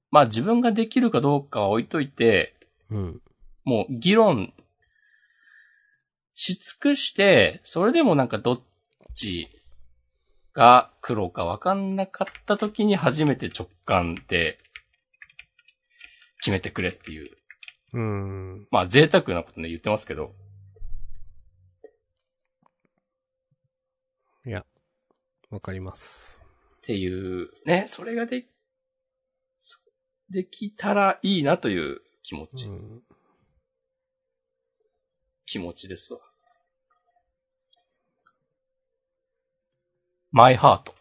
Speaker 2: まあ、自分ができるかどうかは置いといて、
Speaker 1: うん。
Speaker 2: もう議論し尽くして、それでもなんかどっちが黒か分かんなかった時に初めて直感で決めてくれっていう。
Speaker 1: うーん。
Speaker 2: まあ贅沢なことね言ってますけど。
Speaker 1: いや、わかります。
Speaker 2: っていう、ね、それがで、そできたらいいなという気持ち、
Speaker 1: うん。
Speaker 2: 気持ちですわ。マイハート。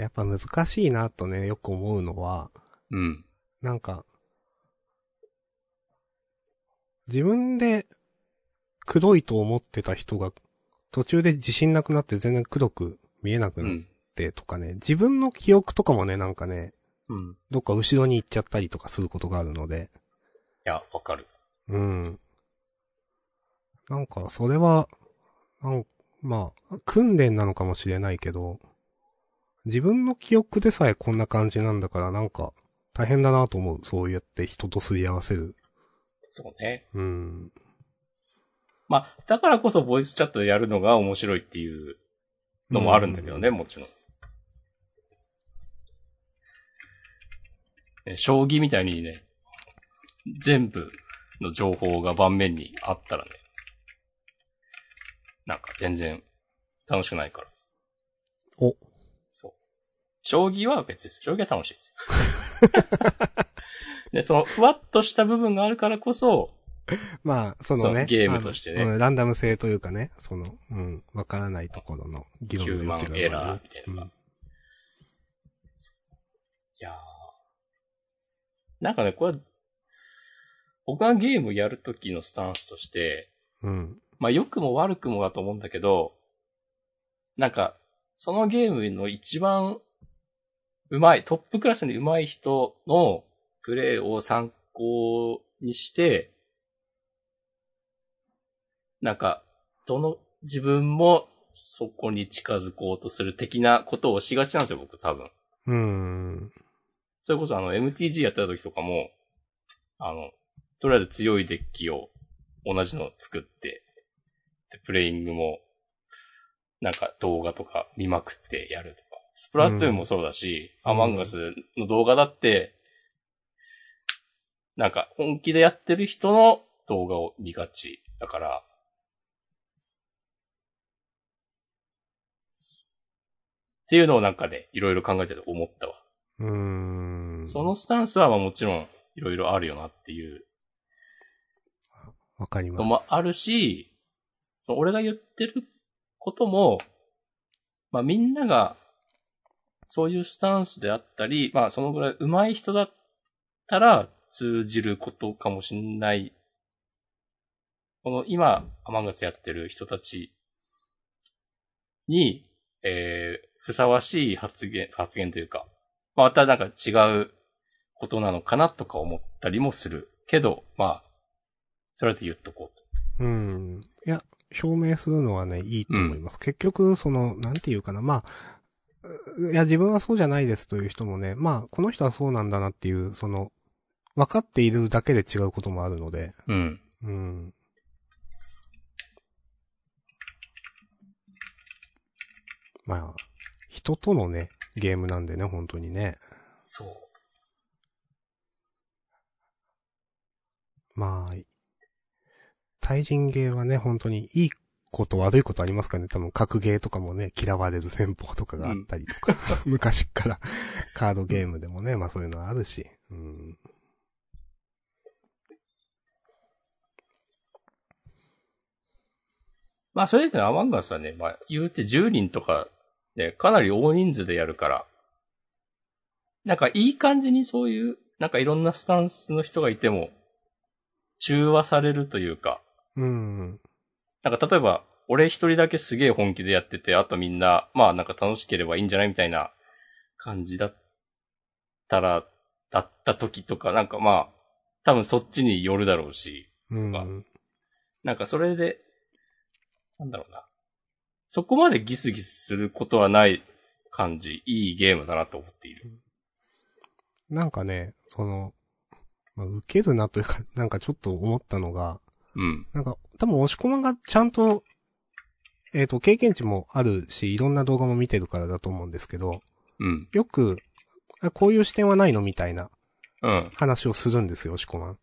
Speaker 1: やっぱ難しいなとね、よく思うのは、
Speaker 2: うん。
Speaker 1: なんか、自分で黒いと思ってた人が途中で自信なくなって全然黒く見えなく
Speaker 2: う
Speaker 1: なっ
Speaker 2: ん。
Speaker 1: てとかね、自分の記憶とかもね、なんかね、
Speaker 2: うん。い
Speaker 1: どっか後ろに行っちゃったりとかすることがあるので、
Speaker 2: や、わかる。
Speaker 1: うん。なんか、それは、なんまあ、訓練なのかもしれないけど、自分の記憶でさえこんな感じなんだから、なんか、大変だなと思う。そうやって人とすり合わせる。
Speaker 2: そうね。
Speaker 1: うん。
Speaker 2: まあ、だからこそボイスチャットでやるのが面白いっていうのもあるんだけどね、もちろん。ね将棋みたいにね、全部の情報が盤面にあったらね、なんか全然楽しくないから。
Speaker 1: お。
Speaker 2: そう。将棋は別です。将棋は楽しいです。で、その、ふわっとした部分があるからこそ、
Speaker 1: まあ、その
Speaker 2: そう
Speaker 1: ね。
Speaker 2: ゲームとしてね
Speaker 1: あのうんランダム性というかね、その、うん、わからないところの議
Speaker 2: ヒ
Speaker 1: 論
Speaker 2: ュー
Speaker 1: の
Speaker 2: マ
Speaker 1: 余地
Speaker 2: ン
Speaker 1: が
Speaker 2: エラー
Speaker 1: ね
Speaker 2: みたいなのが。
Speaker 1: うん
Speaker 2: いやーなんかね、これ、僕がゲームやるときのスタンスとして、
Speaker 1: うん。
Speaker 2: まあ良くも悪くもだと思うんだけど、なんか、そのゲームの一番上手い、トップクラスに上手い人のプレイを参考にして、なんか、どの、自分もそこに近づこうとする的なことをしがちなんですよ、僕多分。
Speaker 1: うん。
Speaker 2: それこそあの、MTG やってた時とかも、あの、とりあえず強いデッキを同じの作って、で、プレイングも、なんか動画とか見まくってやるとか。スプラトゥーンもそうだし、
Speaker 1: うん
Speaker 2: アマンガスの動画だって、なんか本気でやってる人の動画を見がちだから、っていうのをなんかね、いろいろ考えてて思ったわ。
Speaker 1: うん。
Speaker 2: そのスタンスはまあもちろんいろいろあるよなっていう
Speaker 1: わかり
Speaker 2: のも
Speaker 1: ます。
Speaker 2: あるし、その俺が言ってることも、まあみんながそういうスタンスであったり、まあそのぐらい上手い人だったら通じることかもしんない。この今、アマンガスやってる人たちに、えー、ふさわしい発言、発言というか、またなんか違うことなのかなとか思ったりもする。けど、まあ、とりあえず言っとこうと。
Speaker 1: うん。いや、表明するのはね、いいと思います。結局、その、なんていうかな、まあ、いや、自分はそうじゃないですという人もね、まあ、この人はそうなんだなっていう、その、分かっているだけで違うこともあるので、
Speaker 2: うん。
Speaker 1: うん。まあ、人とのね、ゲームなんでね、本当にね。
Speaker 2: そう。
Speaker 1: まあ、対人芸はね、本当にいいこと悪いことありますからね。多分、格ゲーとかもね、嫌われる戦法とかがあったりとか、 <laughs> 昔っからカードゲームでもね、まあそういうのはあるし。うん。
Speaker 2: まあ、それでアマンガスはね、まあ、言うて10人とか、ね、かなり大人数でやるから、なんかいい感じにそういう、なんかいろんなスタンスの人がいても、中和されるというか、
Speaker 1: うん。
Speaker 2: なんか例えば、俺一人だけすげえ本気でやってて、あとみんな、まあなんか楽しければいいんじゃないみたいな感じだったら、だった時とか、なんかまあ、多分そっちによるだろうし、
Speaker 1: うん。
Speaker 2: なんかそれで、なんだろうな。そこまでギスギスすることはない感じ、いいゲームだなと思っている。
Speaker 1: なんかね、その、まあ、受けるなというか、 <laughs> なんかちょっと思ったのが、
Speaker 2: うん。
Speaker 1: なんか、多分、押し込まんがちゃんと、えっ、と、経験値もあるし、いろんな動画も見てるからだと思うんですけど、
Speaker 2: うん。
Speaker 1: よく、あこういう視点はないのみたいな
Speaker 2: うん。
Speaker 1: 話をするんですよ、押し込まん。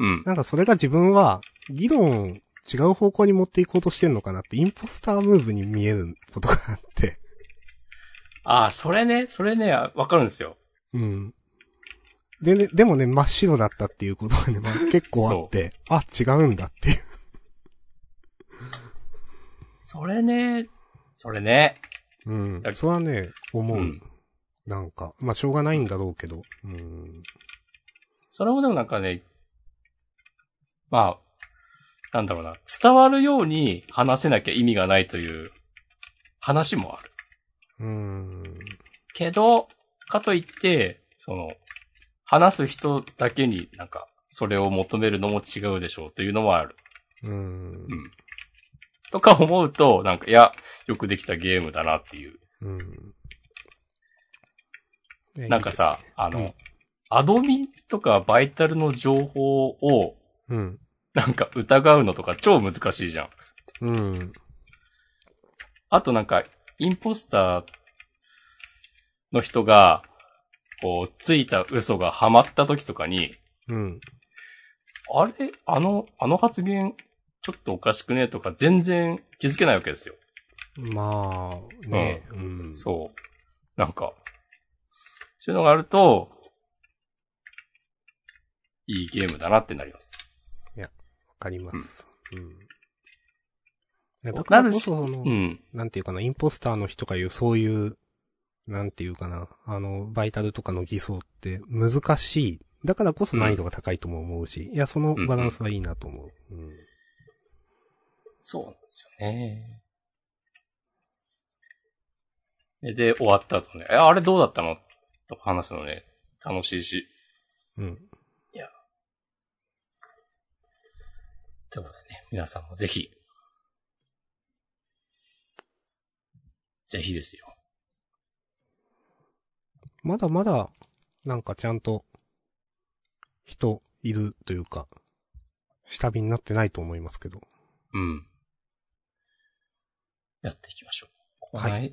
Speaker 2: うん。
Speaker 1: なんかそれが自分は、議論、違う方向に持っていこうとしてんのかなって、インポスタームーブに見えることがあ <laughs> って。
Speaker 2: ああ、それね、それね、わかるんですよ。
Speaker 1: うん。でね、でもね、真っ白だったっていうことがね、まあ、結構あって、あ、違うんだっていう。
Speaker 2: それね、それね。
Speaker 1: うん
Speaker 2: だ。
Speaker 1: それはね、思う。
Speaker 2: うん
Speaker 1: なんか、まあ、しょうがないんだろうけど。うん。
Speaker 2: それもでもなんかね、まあ、なんだろうな。伝わるように話せなきゃ意味がないという話もある。
Speaker 1: うん。
Speaker 2: けど、かといって、その、話す人だけになんか、それを求めるのも違うでしょうというのもある。
Speaker 1: うん。
Speaker 2: とか思うと、なんか、いや、よくできたゲームだなっていう。
Speaker 1: うん。ね
Speaker 2: なんか、さ、あの、
Speaker 1: うん
Speaker 2: アドミとかバイタルの情報を、
Speaker 1: いいです
Speaker 2: なんか疑うのとか超難しいじゃん。
Speaker 1: うん。うん。
Speaker 2: あとなんか、インポスターの人が、こう、ついた嘘がハマった時とかに、
Speaker 1: うん。
Speaker 2: あれあの、あの発言、ちょっとおかしくねとか全然気づけないわけですよ。
Speaker 1: まあ、ね、うん。
Speaker 2: そう。なんか、そういうのがあると、いいゲームだなってなります。
Speaker 1: わかります。うん。ね
Speaker 2: う
Speaker 1: だから
Speaker 2: なる
Speaker 1: こ
Speaker 2: し
Speaker 1: そ、その
Speaker 2: う、ん。
Speaker 1: なんていうかな、インポスターの人が言う、そういう、なんていうかな、あの、バイタルとかの偽装って難しい。だからこそ難易度が高いとも思うし、いや、そのバランスはいいなと思う。うん。
Speaker 2: そうなんですよね。でで、終わった後ね、え、あれどうだったのとか話すのね、楽しいし。
Speaker 1: うん。
Speaker 2: ということでね、皆さんもぜひ、ぜひですよ。
Speaker 1: まだまだ、なんかちゃんと、人、いるというか、下火になってないと思いますけど。
Speaker 2: うん。やっていきましょう。こ
Speaker 1: は
Speaker 2: の間、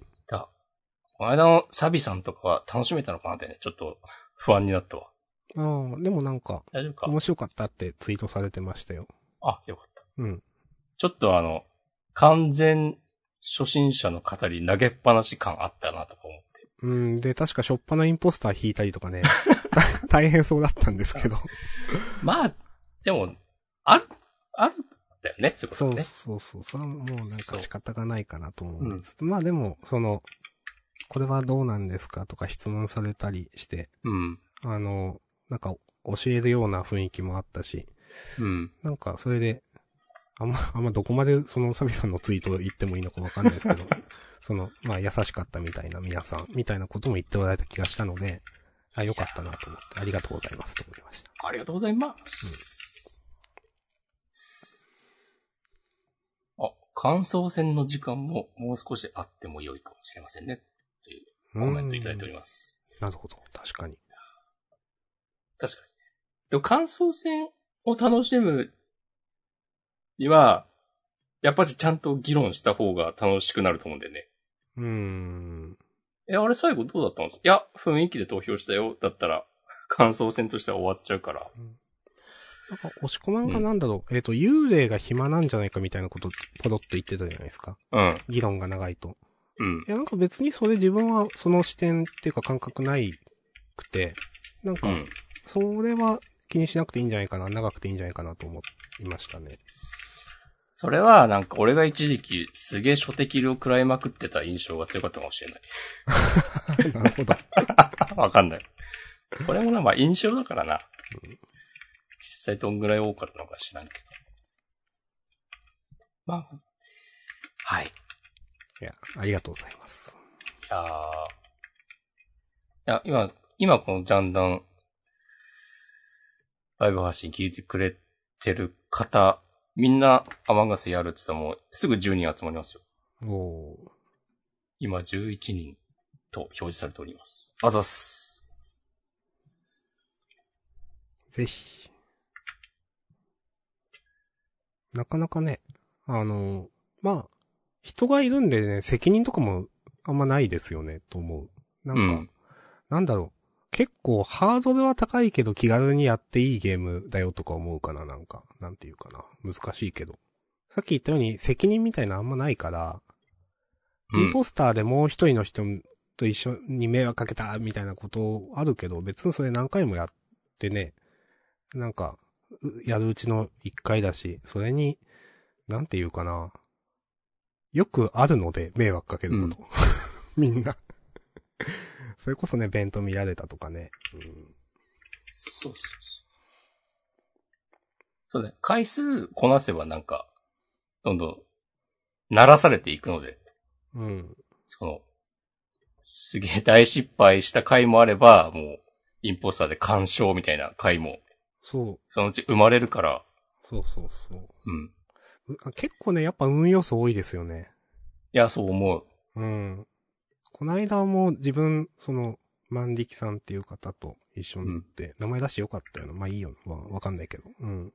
Speaker 2: この間のサビさんとかは楽しめたのかなってね、ちょっと不安になったわ。
Speaker 1: ああ、でもなんか、
Speaker 2: 大丈夫か
Speaker 1: 面白かったってツイートされてましたよ。
Speaker 2: あ、よかった。
Speaker 1: うん。
Speaker 2: ちょっとあの、完全初心者の方に投げっぱなし感あったなとか思って。
Speaker 1: うん、で、確かしょっぱなインポスター引いたりとかね、 <laughs> 大変そうだったんですけど。
Speaker 2: まあ、でも、ある、あるんだよね、そういうこと
Speaker 1: そ
Speaker 2: ね。
Speaker 1: うそうそう。それはもうなん
Speaker 2: そ
Speaker 1: か
Speaker 2: う
Speaker 1: 仕方がないかなと思うんです。まあでも、その、これはどうなんですかとか質問されたりして、
Speaker 2: うん。
Speaker 1: あの、なんか教えるような雰囲気もあったし、
Speaker 2: うん。
Speaker 1: なんかそれで、あんま、あんまどこまでそのサビさんのツイートを言ってもいいのかわかんないです <laughs> けど、その、まあ優しかったみたいな皆さん、みたいなことも言っておられた気がしたので、あ、よかったなと思って、ありがとうございますと思いました。
Speaker 2: ありがとうございます。あ、感想戦の時間ももう少しあっても良いかもしれませんね。というコメントいただいております。
Speaker 1: なるほど。確かに。
Speaker 2: 確かに。でも感想戦を楽しむには、やっぱりちゃんと議論した方が楽しくなると思うんだよね。
Speaker 1: うーん。
Speaker 2: え、あれ最後どうだったんですかいや、雰囲気で投票したよ。だったら、感想戦としては終わっちゃうから。
Speaker 1: なんか、押し込まんがなんだろう。えっ、と、幽霊が暇なんじゃないかみたいなこと、ポロッと言ってたじゃないですか。
Speaker 2: うん。
Speaker 1: 議論が長いと。
Speaker 2: うん
Speaker 1: い。や、なんか別にそれ自分はその視点っていうか感覚ないくて、なん
Speaker 2: う
Speaker 1: か、
Speaker 2: ん。
Speaker 1: それは気にしなくていいんじゃないかな、長くていいんじゃないかなと思いましたね。 <laughs>
Speaker 2: それは、なんか、俺が一時期、すげえ初手切りを食らいまくってた印象が強かったかもしれない。 <laughs>
Speaker 1: なるほど。
Speaker 2: わかんない。これもな、まあ、印象だからな。実際どんぐらい多かったのか知らんけど。まあ、はい。
Speaker 1: いや、ありがとうございます。
Speaker 2: いやーいや、今、今このジャンダン、ライブ配信聞いてくれてる方、みんなアマンガスやるって言ったらもうすぐ10人集まりますよ。
Speaker 1: おー。
Speaker 2: 今11人と表示されております。あざっす。
Speaker 1: ぜひ。なかなかね、あの、まあ、人がいるんでね、責任とかもあんまないですよね、と思う。なんか、
Speaker 2: うん
Speaker 1: なんだろう。結構ハードルは高いけど気軽にやっていいゲームだよとか思うかな、なんか。なんていうかな。難しいけど。さっき言ったように責任みたいなのあんまないから、
Speaker 2: う
Speaker 1: イン
Speaker 2: ん。
Speaker 1: ポスターでもう一人の人と一緒に迷惑かけたみたいなことあるけど、別にそれ何回もやってね、なんか、うやるうちの一回だし、それに、なんていうかな。よくあるので、迷惑かけること。 <laughs> みんな。それこそね、弁当見られたとかね。うん
Speaker 2: そうそうそう。そうだね。回数こなせばなんか、どんどん、慣らされていくので、
Speaker 1: うん。
Speaker 2: その、すげえ大失敗した回もあれば、もう、インポスターで干渉みたいな回も、
Speaker 1: そう、
Speaker 2: そのうち生まれるから、
Speaker 1: そうそうそう
Speaker 2: うん。
Speaker 1: うあ。結構ね、やっぱ運要素多いですよね。
Speaker 2: いや、そう思う。
Speaker 1: うん。こないだも自分、その、万力さんっていう方と一緒になって、名前出してよかったよな。まあいいよな。わ、わかんないけど。うん。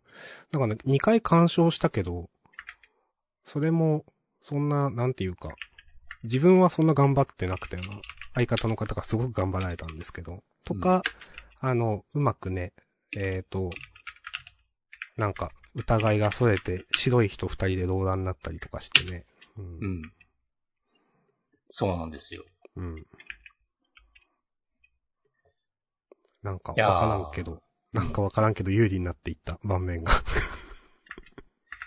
Speaker 1: だからね、2回干渉したけど、それも、そんな、なんていうか、自分はそんな頑張ってなくてな。相方の方がすごく頑張られたんですけど、とか、あの、うまくね、えっ、と、なんか、疑いが逸れて、白い人二人で動乱になったりとかしてね。うん
Speaker 2: うん。そうなんですよ。
Speaker 1: うん。なんか
Speaker 2: いやー
Speaker 1: わからんけど、なんかわからんけど有利になっていった盤面が。 <laughs>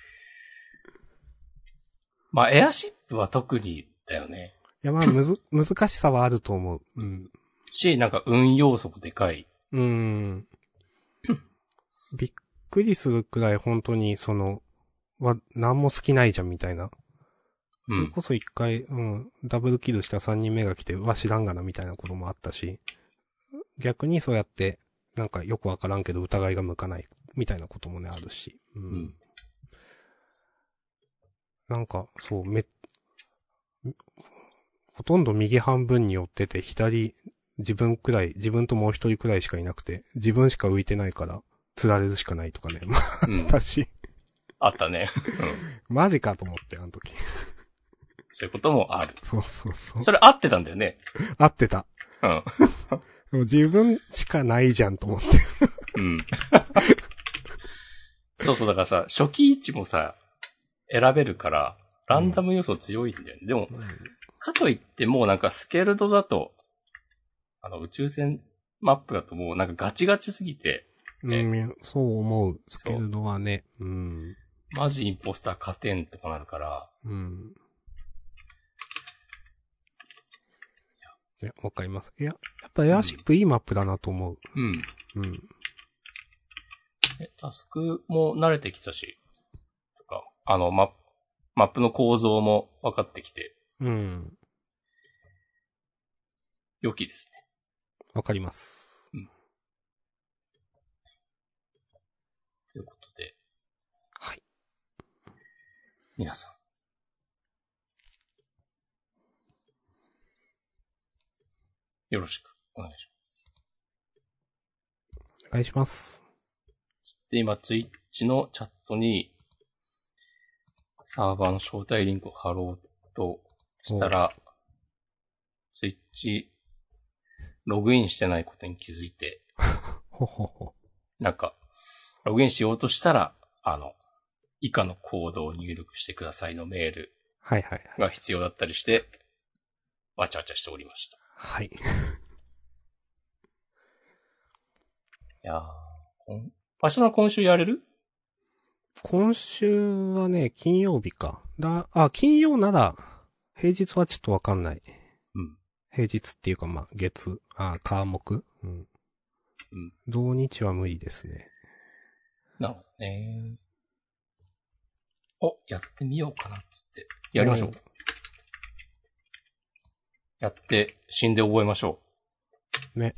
Speaker 2: まあ、エアシップは特にだよね。
Speaker 1: いやまあむず、難しさはあると思う。うん。
Speaker 2: し、なんか運要素もでかい。
Speaker 1: うーん。びっくりするくらい本当にその、は、なんも好きないじゃんみたいな。
Speaker 2: う
Speaker 1: それ
Speaker 2: ん。
Speaker 1: こそ一回、うん、ダブルキルした3人目が来て、うわ、知らんがなみたいなこともあったし、逆にそうやって、なんかよくわからんけど疑いが向かないみたいなこともね、あるし。
Speaker 2: う。
Speaker 1: うんなんか、そう、め、ほとんど右半分に寄ってて、左、自分くらい、自分ともう一人くらいしかいなくて、自分しか浮いてないから、釣られるしかないとかね。まあ、
Speaker 2: うん、
Speaker 1: 私、
Speaker 2: あったね。 <laughs>
Speaker 1: マジかと思って、あの時。
Speaker 2: そういうこともある。
Speaker 1: そうそう
Speaker 2: <laughs>
Speaker 1: そう。
Speaker 2: それ合ってたんだよね。
Speaker 1: 合ってた。
Speaker 2: うん。
Speaker 1: でも自分しかないじゃんと思って。
Speaker 2: うん。 <laughs> そうそう、だからさ、初期位置もさ、選べるから、ランダム要素強いんだよね。でも、かといってもうなんかスケルドだと、あの宇宙船マップだともうなんかガチガチすぎて、
Speaker 1: うん、そう思う。スケルドはね。うん。
Speaker 2: マジインポスター勝てんとかなるから、
Speaker 1: うん。いや、わかります。いや、やっぱエアシップいいマップだなと思う。
Speaker 2: うん。
Speaker 1: うん。
Speaker 2: えタスクも慣れてきたし、とか、あの、マップ、マップの構造も分かってきて、
Speaker 1: うん。
Speaker 2: 良きですね。
Speaker 1: わかります。
Speaker 2: ということで、
Speaker 1: はい。
Speaker 2: 皆さん。よろしくお願いしま
Speaker 1: お願いします。
Speaker 2: す。で、今、ツイッチのチャットに、サーバーの招待リンクを貼ろうとしたら、ツイッチ、ログインしてないことに気づいて、
Speaker 1: ほほほ。
Speaker 2: なんか、ログインしようとしたら、あの、以下のコードを入力してくださいのメール
Speaker 1: はいはいはい。
Speaker 2: が必要だったりして、わちゃわちゃしておりました。
Speaker 1: はい。
Speaker 2: いやー、こん場所の今週やれる
Speaker 1: 今週はね、金曜日か。だ、あ、金曜なら、平日はちょっとわかんない。
Speaker 2: うん。
Speaker 1: 平日っていうか、まあ、月、あ、火木うん。
Speaker 2: うん。
Speaker 1: 土日は無理ですね。
Speaker 2: なるほどね。お、やってみようかなっつって。やりましょう。
Speaker 1: うん
Speaker 2: やって、死んで覚えましょう。
Speaker 1: ね。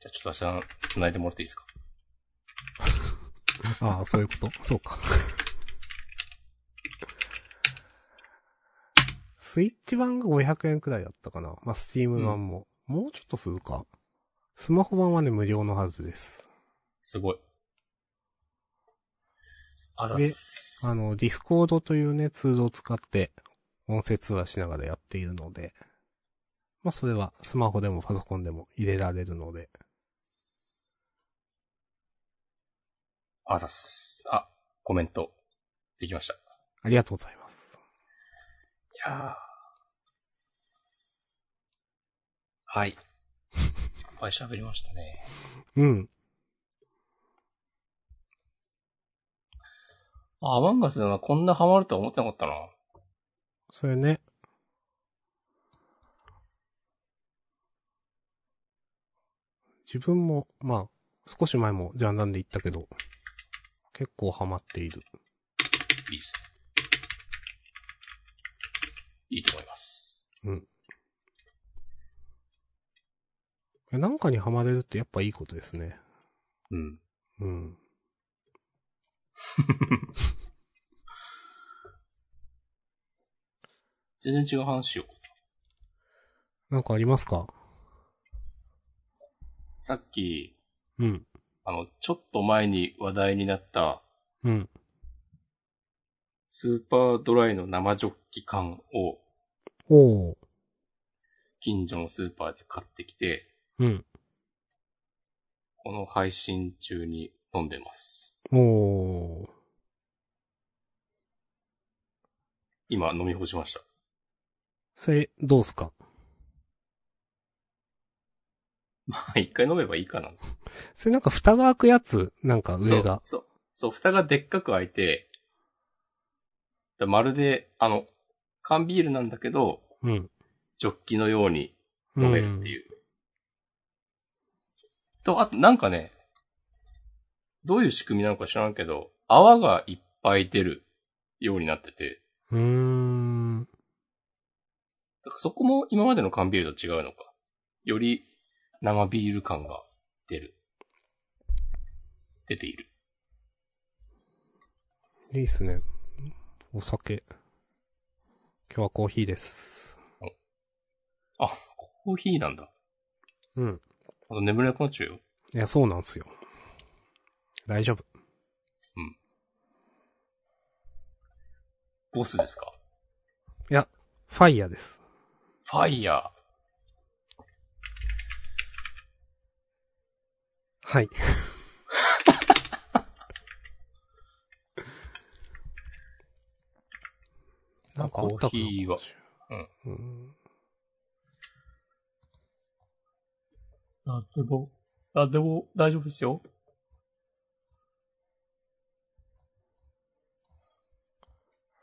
Speaker 2: じゃあちょっと明日、繋いでもらっていいですか
Speaker 1: ああ、そういうこと <laughs> そうか。スイッチ版が500円くらいだったかな。まあ、スチーム版も。もうちょっとするか。スマホ版はね、無料のはずです。
Speaker 2: すごい。あら。
Speaker 1: ですあの、ディスコードというね、ツールを使って、音声通話しながらやっているので、まあ、それはスマホでもパソコンでも入れられるので、
Speaker 2: あざっす。あ、コメント、できました。い
Speaker 1: ありがとうございます。
Speaker 2: やーはい。いっぱい喋りましたね。
Speaker 1: うん。
Speaker 2: あ、アマンガスではこんなハマるとは思ってなかったな。
Speaker 1: それね。自分も、まあ、少し前もジャンダンで言ったけど、結構ハマっている。
Speaker 2: いいですね。いいと思います。
Speaker 1: えなんかにハマれるってやっぱいいことですね。
Speaker 2: うん。
Speaker 1: うん。
Speaker 2: 全然違う話しよう。
Speaker 1: なんかありますか
Speaker 2: さっき、
Speaker 1: うん。
Speaker 2: あの、ちょっと前に話題になった、
Speaker 1: うん。
Speaker 2: スーパードライの生ジョッキ缶を
Speaker 1: おー。
Speaker 2: 近所のスーパーで買ってきて、
Speaker 1: うん。
Speaker 2: この配信中に飲んでます。
Speaker 1: おー。
Speaker 2: 今飲み干しました。 <laughs>
Speaker 1: それ、どうすか
Speaker 2: まあ、一回飲めばいいかな。
Speaker 1: それなんか蓋が開くやつ、なんか上が。
Speaker 2: そう。そう。そう、蓋がでっかく開いて、だまるで、あの、缶ビールなんだけど、
Speaker 1: うん。
Speaker 2: ジョッキのように飲めるっていう。と、あとなんかね、どういう仕組みなのか知らんけど、泡がいっぱい出るようになってて、
Speaker 1: うん。うーん。
Speaker 2: だからそこも今までの缶ビールと違うのか。より生ビール感が出る。出ている。
Speaker 1: いいっすね。お酒。今日はコーヒーです。
Speaker 2: あ、コーヒーなんだ。
Speaker 1: うん。
Speaker 2: あと眠れなくなっちゃうよ。
Speaker 1: いや、そうなんですよ。大丈夫。
Speaker 2: ボスですか
Speaker 1: いや、ファイヤーです。
Speaker 2: ファイヤー。
Speaker 1: はい。 <laughs> なんかあったかな
Speaker 2: コーヒーは。
Speaker 1: うん。
Speaker 2: なんでも、なんでも大丈夫ですよ。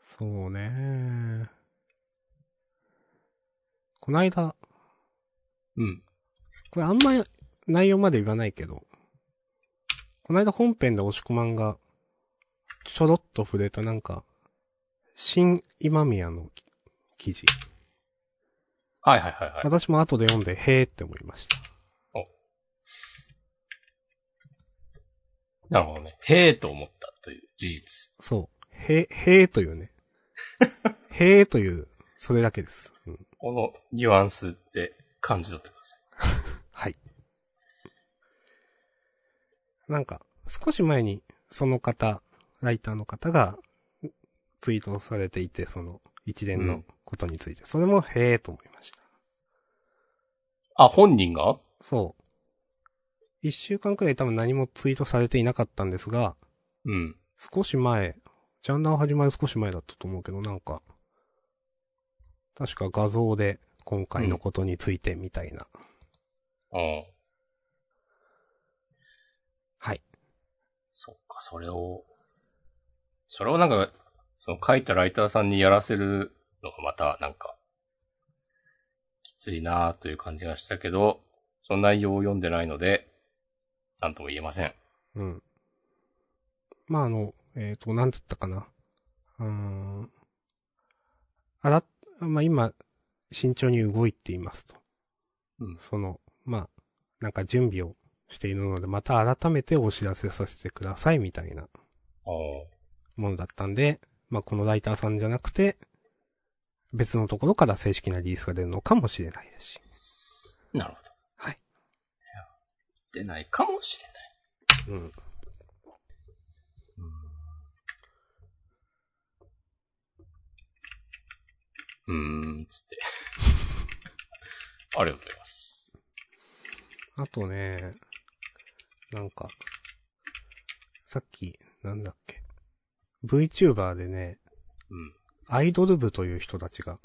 Speaker 1: そうね。こないだ、
Speaker 2: うん。
Speaker 1: これあんまり内容まで言わないけど、この間本編で押し込まんが、ちょろっと触れたなんか、新今宮のき記事。
Speaker 2: はいはいはいはい。
Speaker 1: 私も後で読んで、へーって思いました。
Speaker 2: なるほどね。へえと思ったという事実。
Speaker 1: <laughs> そう。へ、へーというね。へーという、それだけです。うん
Speaker 2: このニュアンスって感じ取ってください。
Speaker 1: はい。なんか、少し前に、その方、ライターの方が、ツイートされていて、その、一連
Speaker 2: う
Speaker 1: の
Speaker 2: ん
Speaker 1: ことについて。それも、へえと思いました。
Speaker 2: あ、本人が
Speaker 1: そう。一週間くらい多分何もツイートされていなかったんですが、
Speaker 2: うん。
Speaker 1: 少し前、ジャンダー始まる少し前だったと思うけど、なんか、確か画像で今回のことについてみたいな。
Speaker 2: ああ。
Speaker 1: はい。
Speaker 2: そっか、それを、それをなんか、その書いたライターさんにやらせるのがまた、なんか、きついなあという感じがしたけど、その内容を読んでないので、なんとも言えません。
Speaker 1: うん。まあ、あの、えっ、と、なんだったかな。うーん。あら、まあ、今、慎重に動いていますと。
Speaker 2: うん
Speaker 1: その、まあ、なんか準備をしているので、また改めてお知らせさせてくださいみたいな
Speaker 2: ああ。
Speaker 1: ものだったんで、まあ、このライターさんじゃなくて、別のところから正式なリリースが出るのかもしれないですし。
Speaker 2: なるほど。
Speaker 1: はい
Speaker 2: いや。出ないかもしれない。
Speaker 1: うん。
Speaker 2: うーん、つって。 <laughs> ありがとうございます。
Speaker 1: あとね、なんか、さっき、なんだっけ。VTuber でね、
Speaker 2: うん。
Speaker 1: アイドル部という人たちが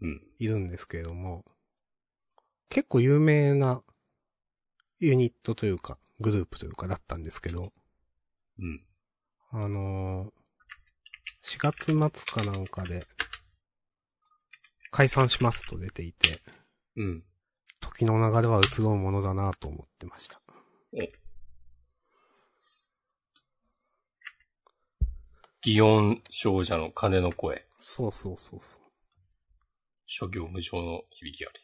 Speaker 2: うん。
Speaker 1: いるんですけれども、結構有名なユニットというか、グループというかだったんですけど、
Speaker 2: うん。
Speaker 1: あのー、4月末かなんかで、解散しますと出ていて、
Speaker 2: うん。
Speaker 1: 時の流れは移ろうものだなと思ってました。
Speaker 2: 祇園少女の鐘の声。
Speaker 1: そうそうそうそう。
Speaker 2: 諸行無常の響きあり。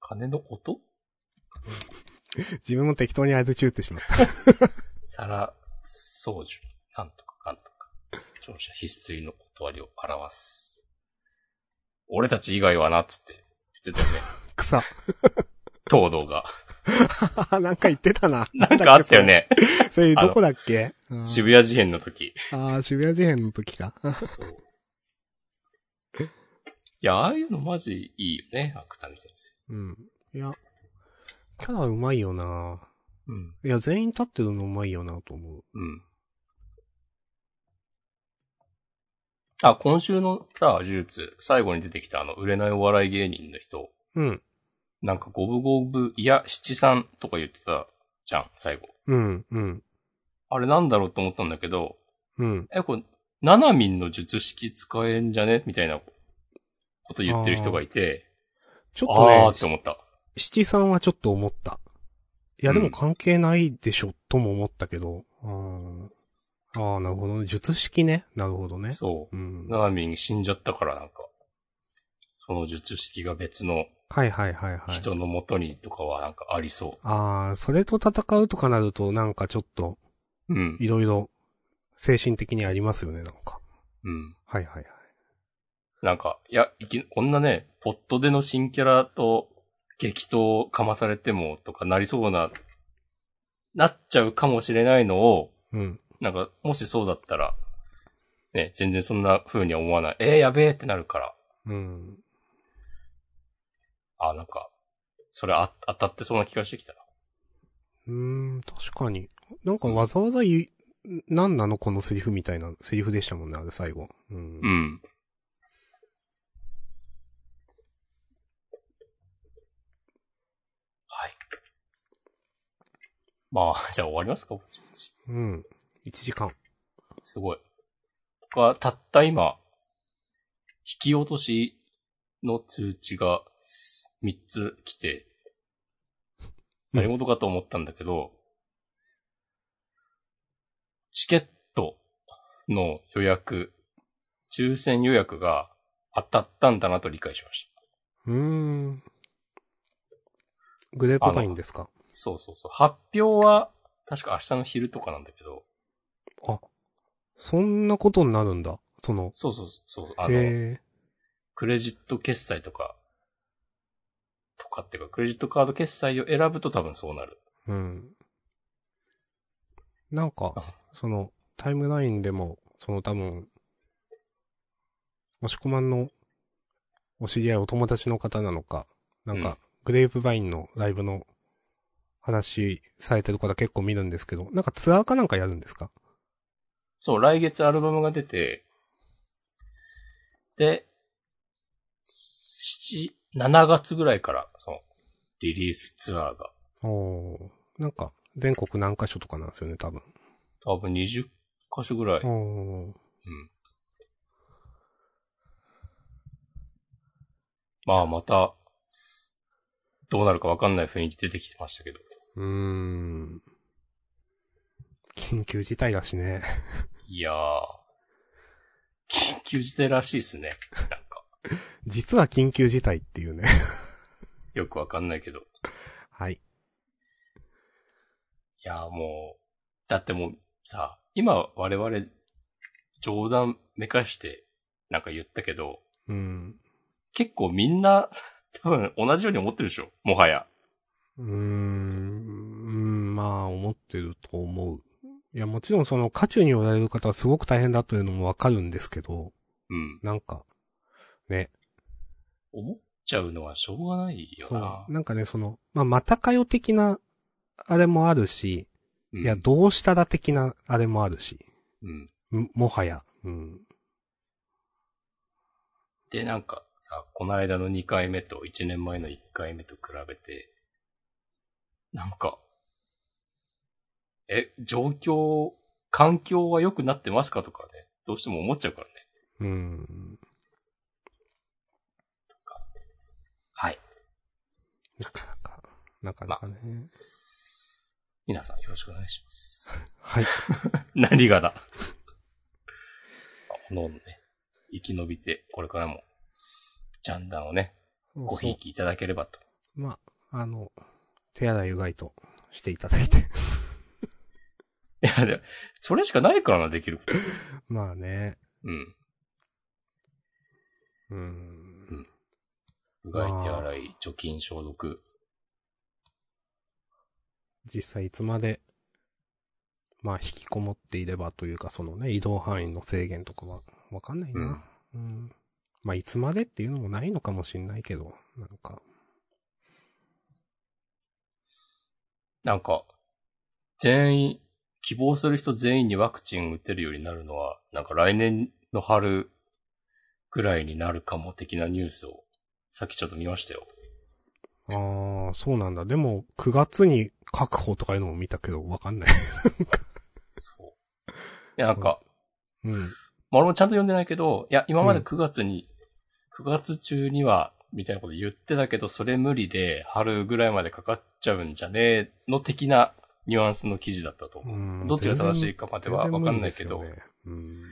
Speaker 2: 鐘の音
Speaker 1: 自分も適当に合図中ってしまった。
Speaker 2: 皿掃除。なんとかなんとか。聴者必須の断りを表す。俺たち以外はな、つって言 <laughs> ってたよね。
Speaker 1: 草。 <laughs>
Speaker 2: 東堂が。
Speaker 1: なんか言ってたな。
Speaker 2: <laughs> なんかあったよね。
Speaker 1: なんだっけ。それ、それどこだっけあー
Speaker 2: 渋谷事変の時。
Speaker 1: あー、渋谷事変の時か。
Speaker 2: いや、ああいうのマジいいよね、芥見先生。
Speaker 1: うん。いや、キャラうまいよな
Speaker 2: うん。
Speaker 1: いや、全員立ってるのうまいよなと思う。
Speaker 2: うん。あ、今週のさ、呪術、最後に出てきたあの、売れないお笑い芸人の人、
Speaker 1: うん。
Speaker 2: なんか五分五分、いや、七三とか言ってたじゃん、最後。
Speaker 1: うん、うん、
Speaker 2: あれなんだろうと思ったんだけど、
Speaker 1: うん。
Speaker 2: え、これ、ナナミンの術式使えんじゃねみたいなこと言ってる人がいて、
Speaker 1: ちょ
Speaker 2: あー
Speaker 1: っ
Speaker 2: って
Speaker 1: とね、
Speaker 2: 思った。
Speaker 1: 七三はちょっと思った。いや、でも関係ないでしょ、とも思ったけど。あーあー、なるほどね。術式ね。なるほどね。。
Speaker 2: そう
Speaker 1: ん。
Speaker 2: ナナミン死んじゃったからなんか、その術式が別の
Speaker 1: はいはいはいはい。
Speaker 2: 人の元にとかはなんかありそ
Speaker 1: ああ、それと戦うとかなると、なんかちょっと、
Speaker 2: う。うん。
Speaker 1: いろいろ、精神的にありますよね、なんか。
Speaker 2: うん。
Speaker 1: はいはいはい。
Speaker 2: なんか、いや、いき、こんなね、ポットでの新キャラと激闘をかまされてもとかなりそうな、なっちゃうかもしれないのを、
Speaker 1: うん。
Speaker 2: なんか、もしそうだったら、ね、全然そんな風には思わない。えー、やべえってなるから。
Speaker 1: うん。
Speaker 2: あ、なんか、それあ当たってそうな気がしてきたな。
Speaker 1: うーん、確かに。なんかわざわざ言い、何なのこのセリフみたいなセリフでしたもんね、あれ最後。うん。
Speaker 2: うん。はい。まあ、じゃあ終わりますかぼちぼち
Speaker 1: うん。1時間。
Speaker 2: すごい。僕はたった今、引き落としの通知が3つ来て、
Speaker 1: うん
Speaker 2: 何事かと思ったんだけど、チケットの予約、抽選予約が当たったんだなと理解しました。
Speaker 1: うーん。グレープパインですか
Speaker 2: そうそうそう。発表は、確か明日の昼とかなんだけど、
Speaker 1: あそんなことになるんだ。その、
Speaker 2: そうそうそうそう。あの、
Speaker 1: え
Speaker 2: クレジット決済とか、とかっていうか、クレジットカード決済を選ぶと多分そうなる。
Speaker 1: ー、うん。なんか
Speaker 2: あ、
Speaker 1: その、タイムラインでも、その多分、押し込まんのお知り合いお友達の方なのか、なん
Speaker 2: うん
Speaker 1: か、グレープバインのライブの話されてる方結構見るんですけど、なんかツアーかなんかやるんですか
Speaker 2: そう、来月アルバムが出て、で、七、7月ぐらいから、その、リリースツアーが、
Speaker 1: おおーなんか、全国何箇所とかなんですよね、多分。
Speaker 2: 多分20箇所ぐらい、
Speaker 1: お
Speaker 2: うん。
Speaker 1: お
Speaker 2: まあ、また、どうなるかわかんない雰囲気出てきてましたけど。
Speaker 1: うーん。緊急事態だしね。 <laughs>
Speaker 2: いやー、緊急事態らしいですね。なんか、
Speaker 1: 実は緊急事態っていうね。 <laughs>
Speaker 2: よくわかんないけど。
Speaker 1: はい。
Speaker 2: いやーもう、だってもうさ、今我々冗談めかしてなんか言ったけど、
Speaker 1: うん。
Speaker 2: 結構みんな <laughs> 多分同じように思ってるでしょもはや。
Speaker 1: うーん。うんまあ、思ってると思う。いや、もちろんその、渦中におられる方はすごく大変だというのもわかるんですけど、
Speaker 2: うん。
Speaker 1: なんか、
Speaker 2: 思っちゃうのはしょうがないよ
Speaker 1: そ
Speaker 2: な
Speaker 1: う。。なんかね、その、まあ、またかよ的な、あれもあるし、
Speaker 2: うん
Speaker 1: いや、どうしたら的な、あれもあるし、
Speaker 2: うん。
Speaker 1: ももはや、うん。
Speaker 2: で、なんかさ、この間の2回目と1年前の1回目と比べて、なんか、え、状況、環境は良くなってますかとかね、どうしても思っちゃうからね。
Speaker 1: うん。
Speaker 2: はい。
Speaker 1: なかなか、なかなかね。
Speaker 2: 皆さんよろしくお願いします。
Speaker 1: はい。
Speaker 2: <laughs> 何が <laughs> だ。おのおのね、生き延びて、これからも、ジャンダンをね、ごひいきいただければと。
Speaker 1: まあ、あの、手洗いうがいとしていただいて。 <laughs>
Speaker 2: いや、でもそれしかないからな、できること。
Speaker 1: まあね。
Speaker 2: うん。
Speaker 1: うー
Speaker 2: うん
Speaker 1: ん。
Speaker 2: うがい、手洗い、除菌、消毒。
Speaker 1: 実際いつまで、まあ、引きこもっていればというか、そのね、移動範囲の制限とかは、わかんないな。うん。まあ、いつまでっていうのもないのかもしんないけど、なんか。
Speaker 2: なんか、全員、希望する人全員にワクチン打てるようになるのは、なんか来年の春ぐらいになるかも的なニュースを、さっきちょっと見ましたよ。
Speaker 1: ああ、そうなんだ。でも、9月に確保とかいうのも見たけど、わかん
Speaker 2: <laughs>
Speaker 1: ない。
Speaker 2: そう。いや、なんか、
Speaker 1: うん。
Speaker 2: まあ、俺もちゃんと読んでないけど、いや、今まで
Speaker 1: うん
Speaker 2: 9月に、9月中には、みたいなこと言ってたけど、それ無理で、春ぐらいまでかかっちゃうんじゃねえの的なニュアンスの記事だったと思う。
Speaker 1: うん
Speaker 2: どっちが正しいかまではわかんないけど、
Speaker 1: 全然無理ですよねうん。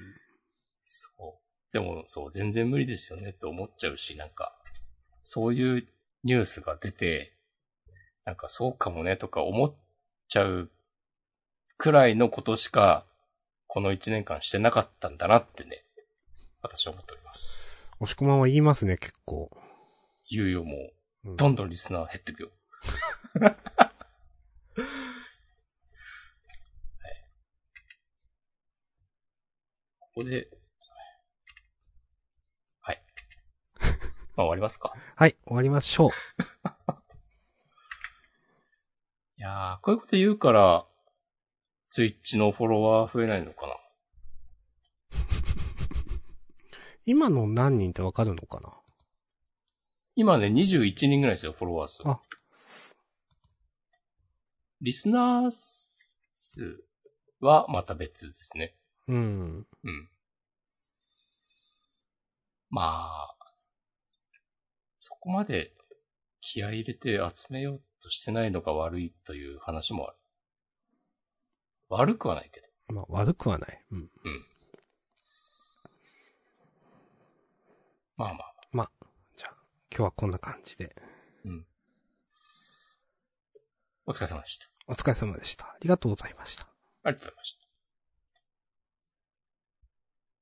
Speaker 2: そう。でも、そう、全然無理ですよねって思っちゃうし、なんか、そういうニュースが出て、なんかそうかもねとか思っちゃうくらいのことしか、この1年間してなかったんだなってね、私は思っております。
Speaker 1: 押し込まんは言いますね、結構。
Speaker 2: 言うよ、もう。
Speaker 1: うん
Speaker 2: どんどんリスナー減ってくよ。はいここで、はい。まあ終わりますか。
Speaker 1: はい、終わりましょう。
Speaker 2: いやー、こういうこと言うから、ツイッチのフォロワー増えないのかな。
Speaker 1: 今の何人ってわかるのかな
Speaker 2: 今ね、21人ぐらいですよ、フォロワー数。
Speaker 1: あ
Speaker 2: リスナー数はまた別ですね。
Speaker 1: うん。
Speaker 2: うん。まあ、そこまで気合い入れて集めようとしてないのが悪いという話もある。悪くはないけど。
Speaker 1: まあ、悪くはない。うん。
Speaker 2: まあまあ。
Speaker 1: じゃあ、今日はこんな感じで。
Speaker 2: お疲れ様でした。
Speaker 1: お疲れ様でした。ありがとうございました。
Speaker 2: ありがとうございました。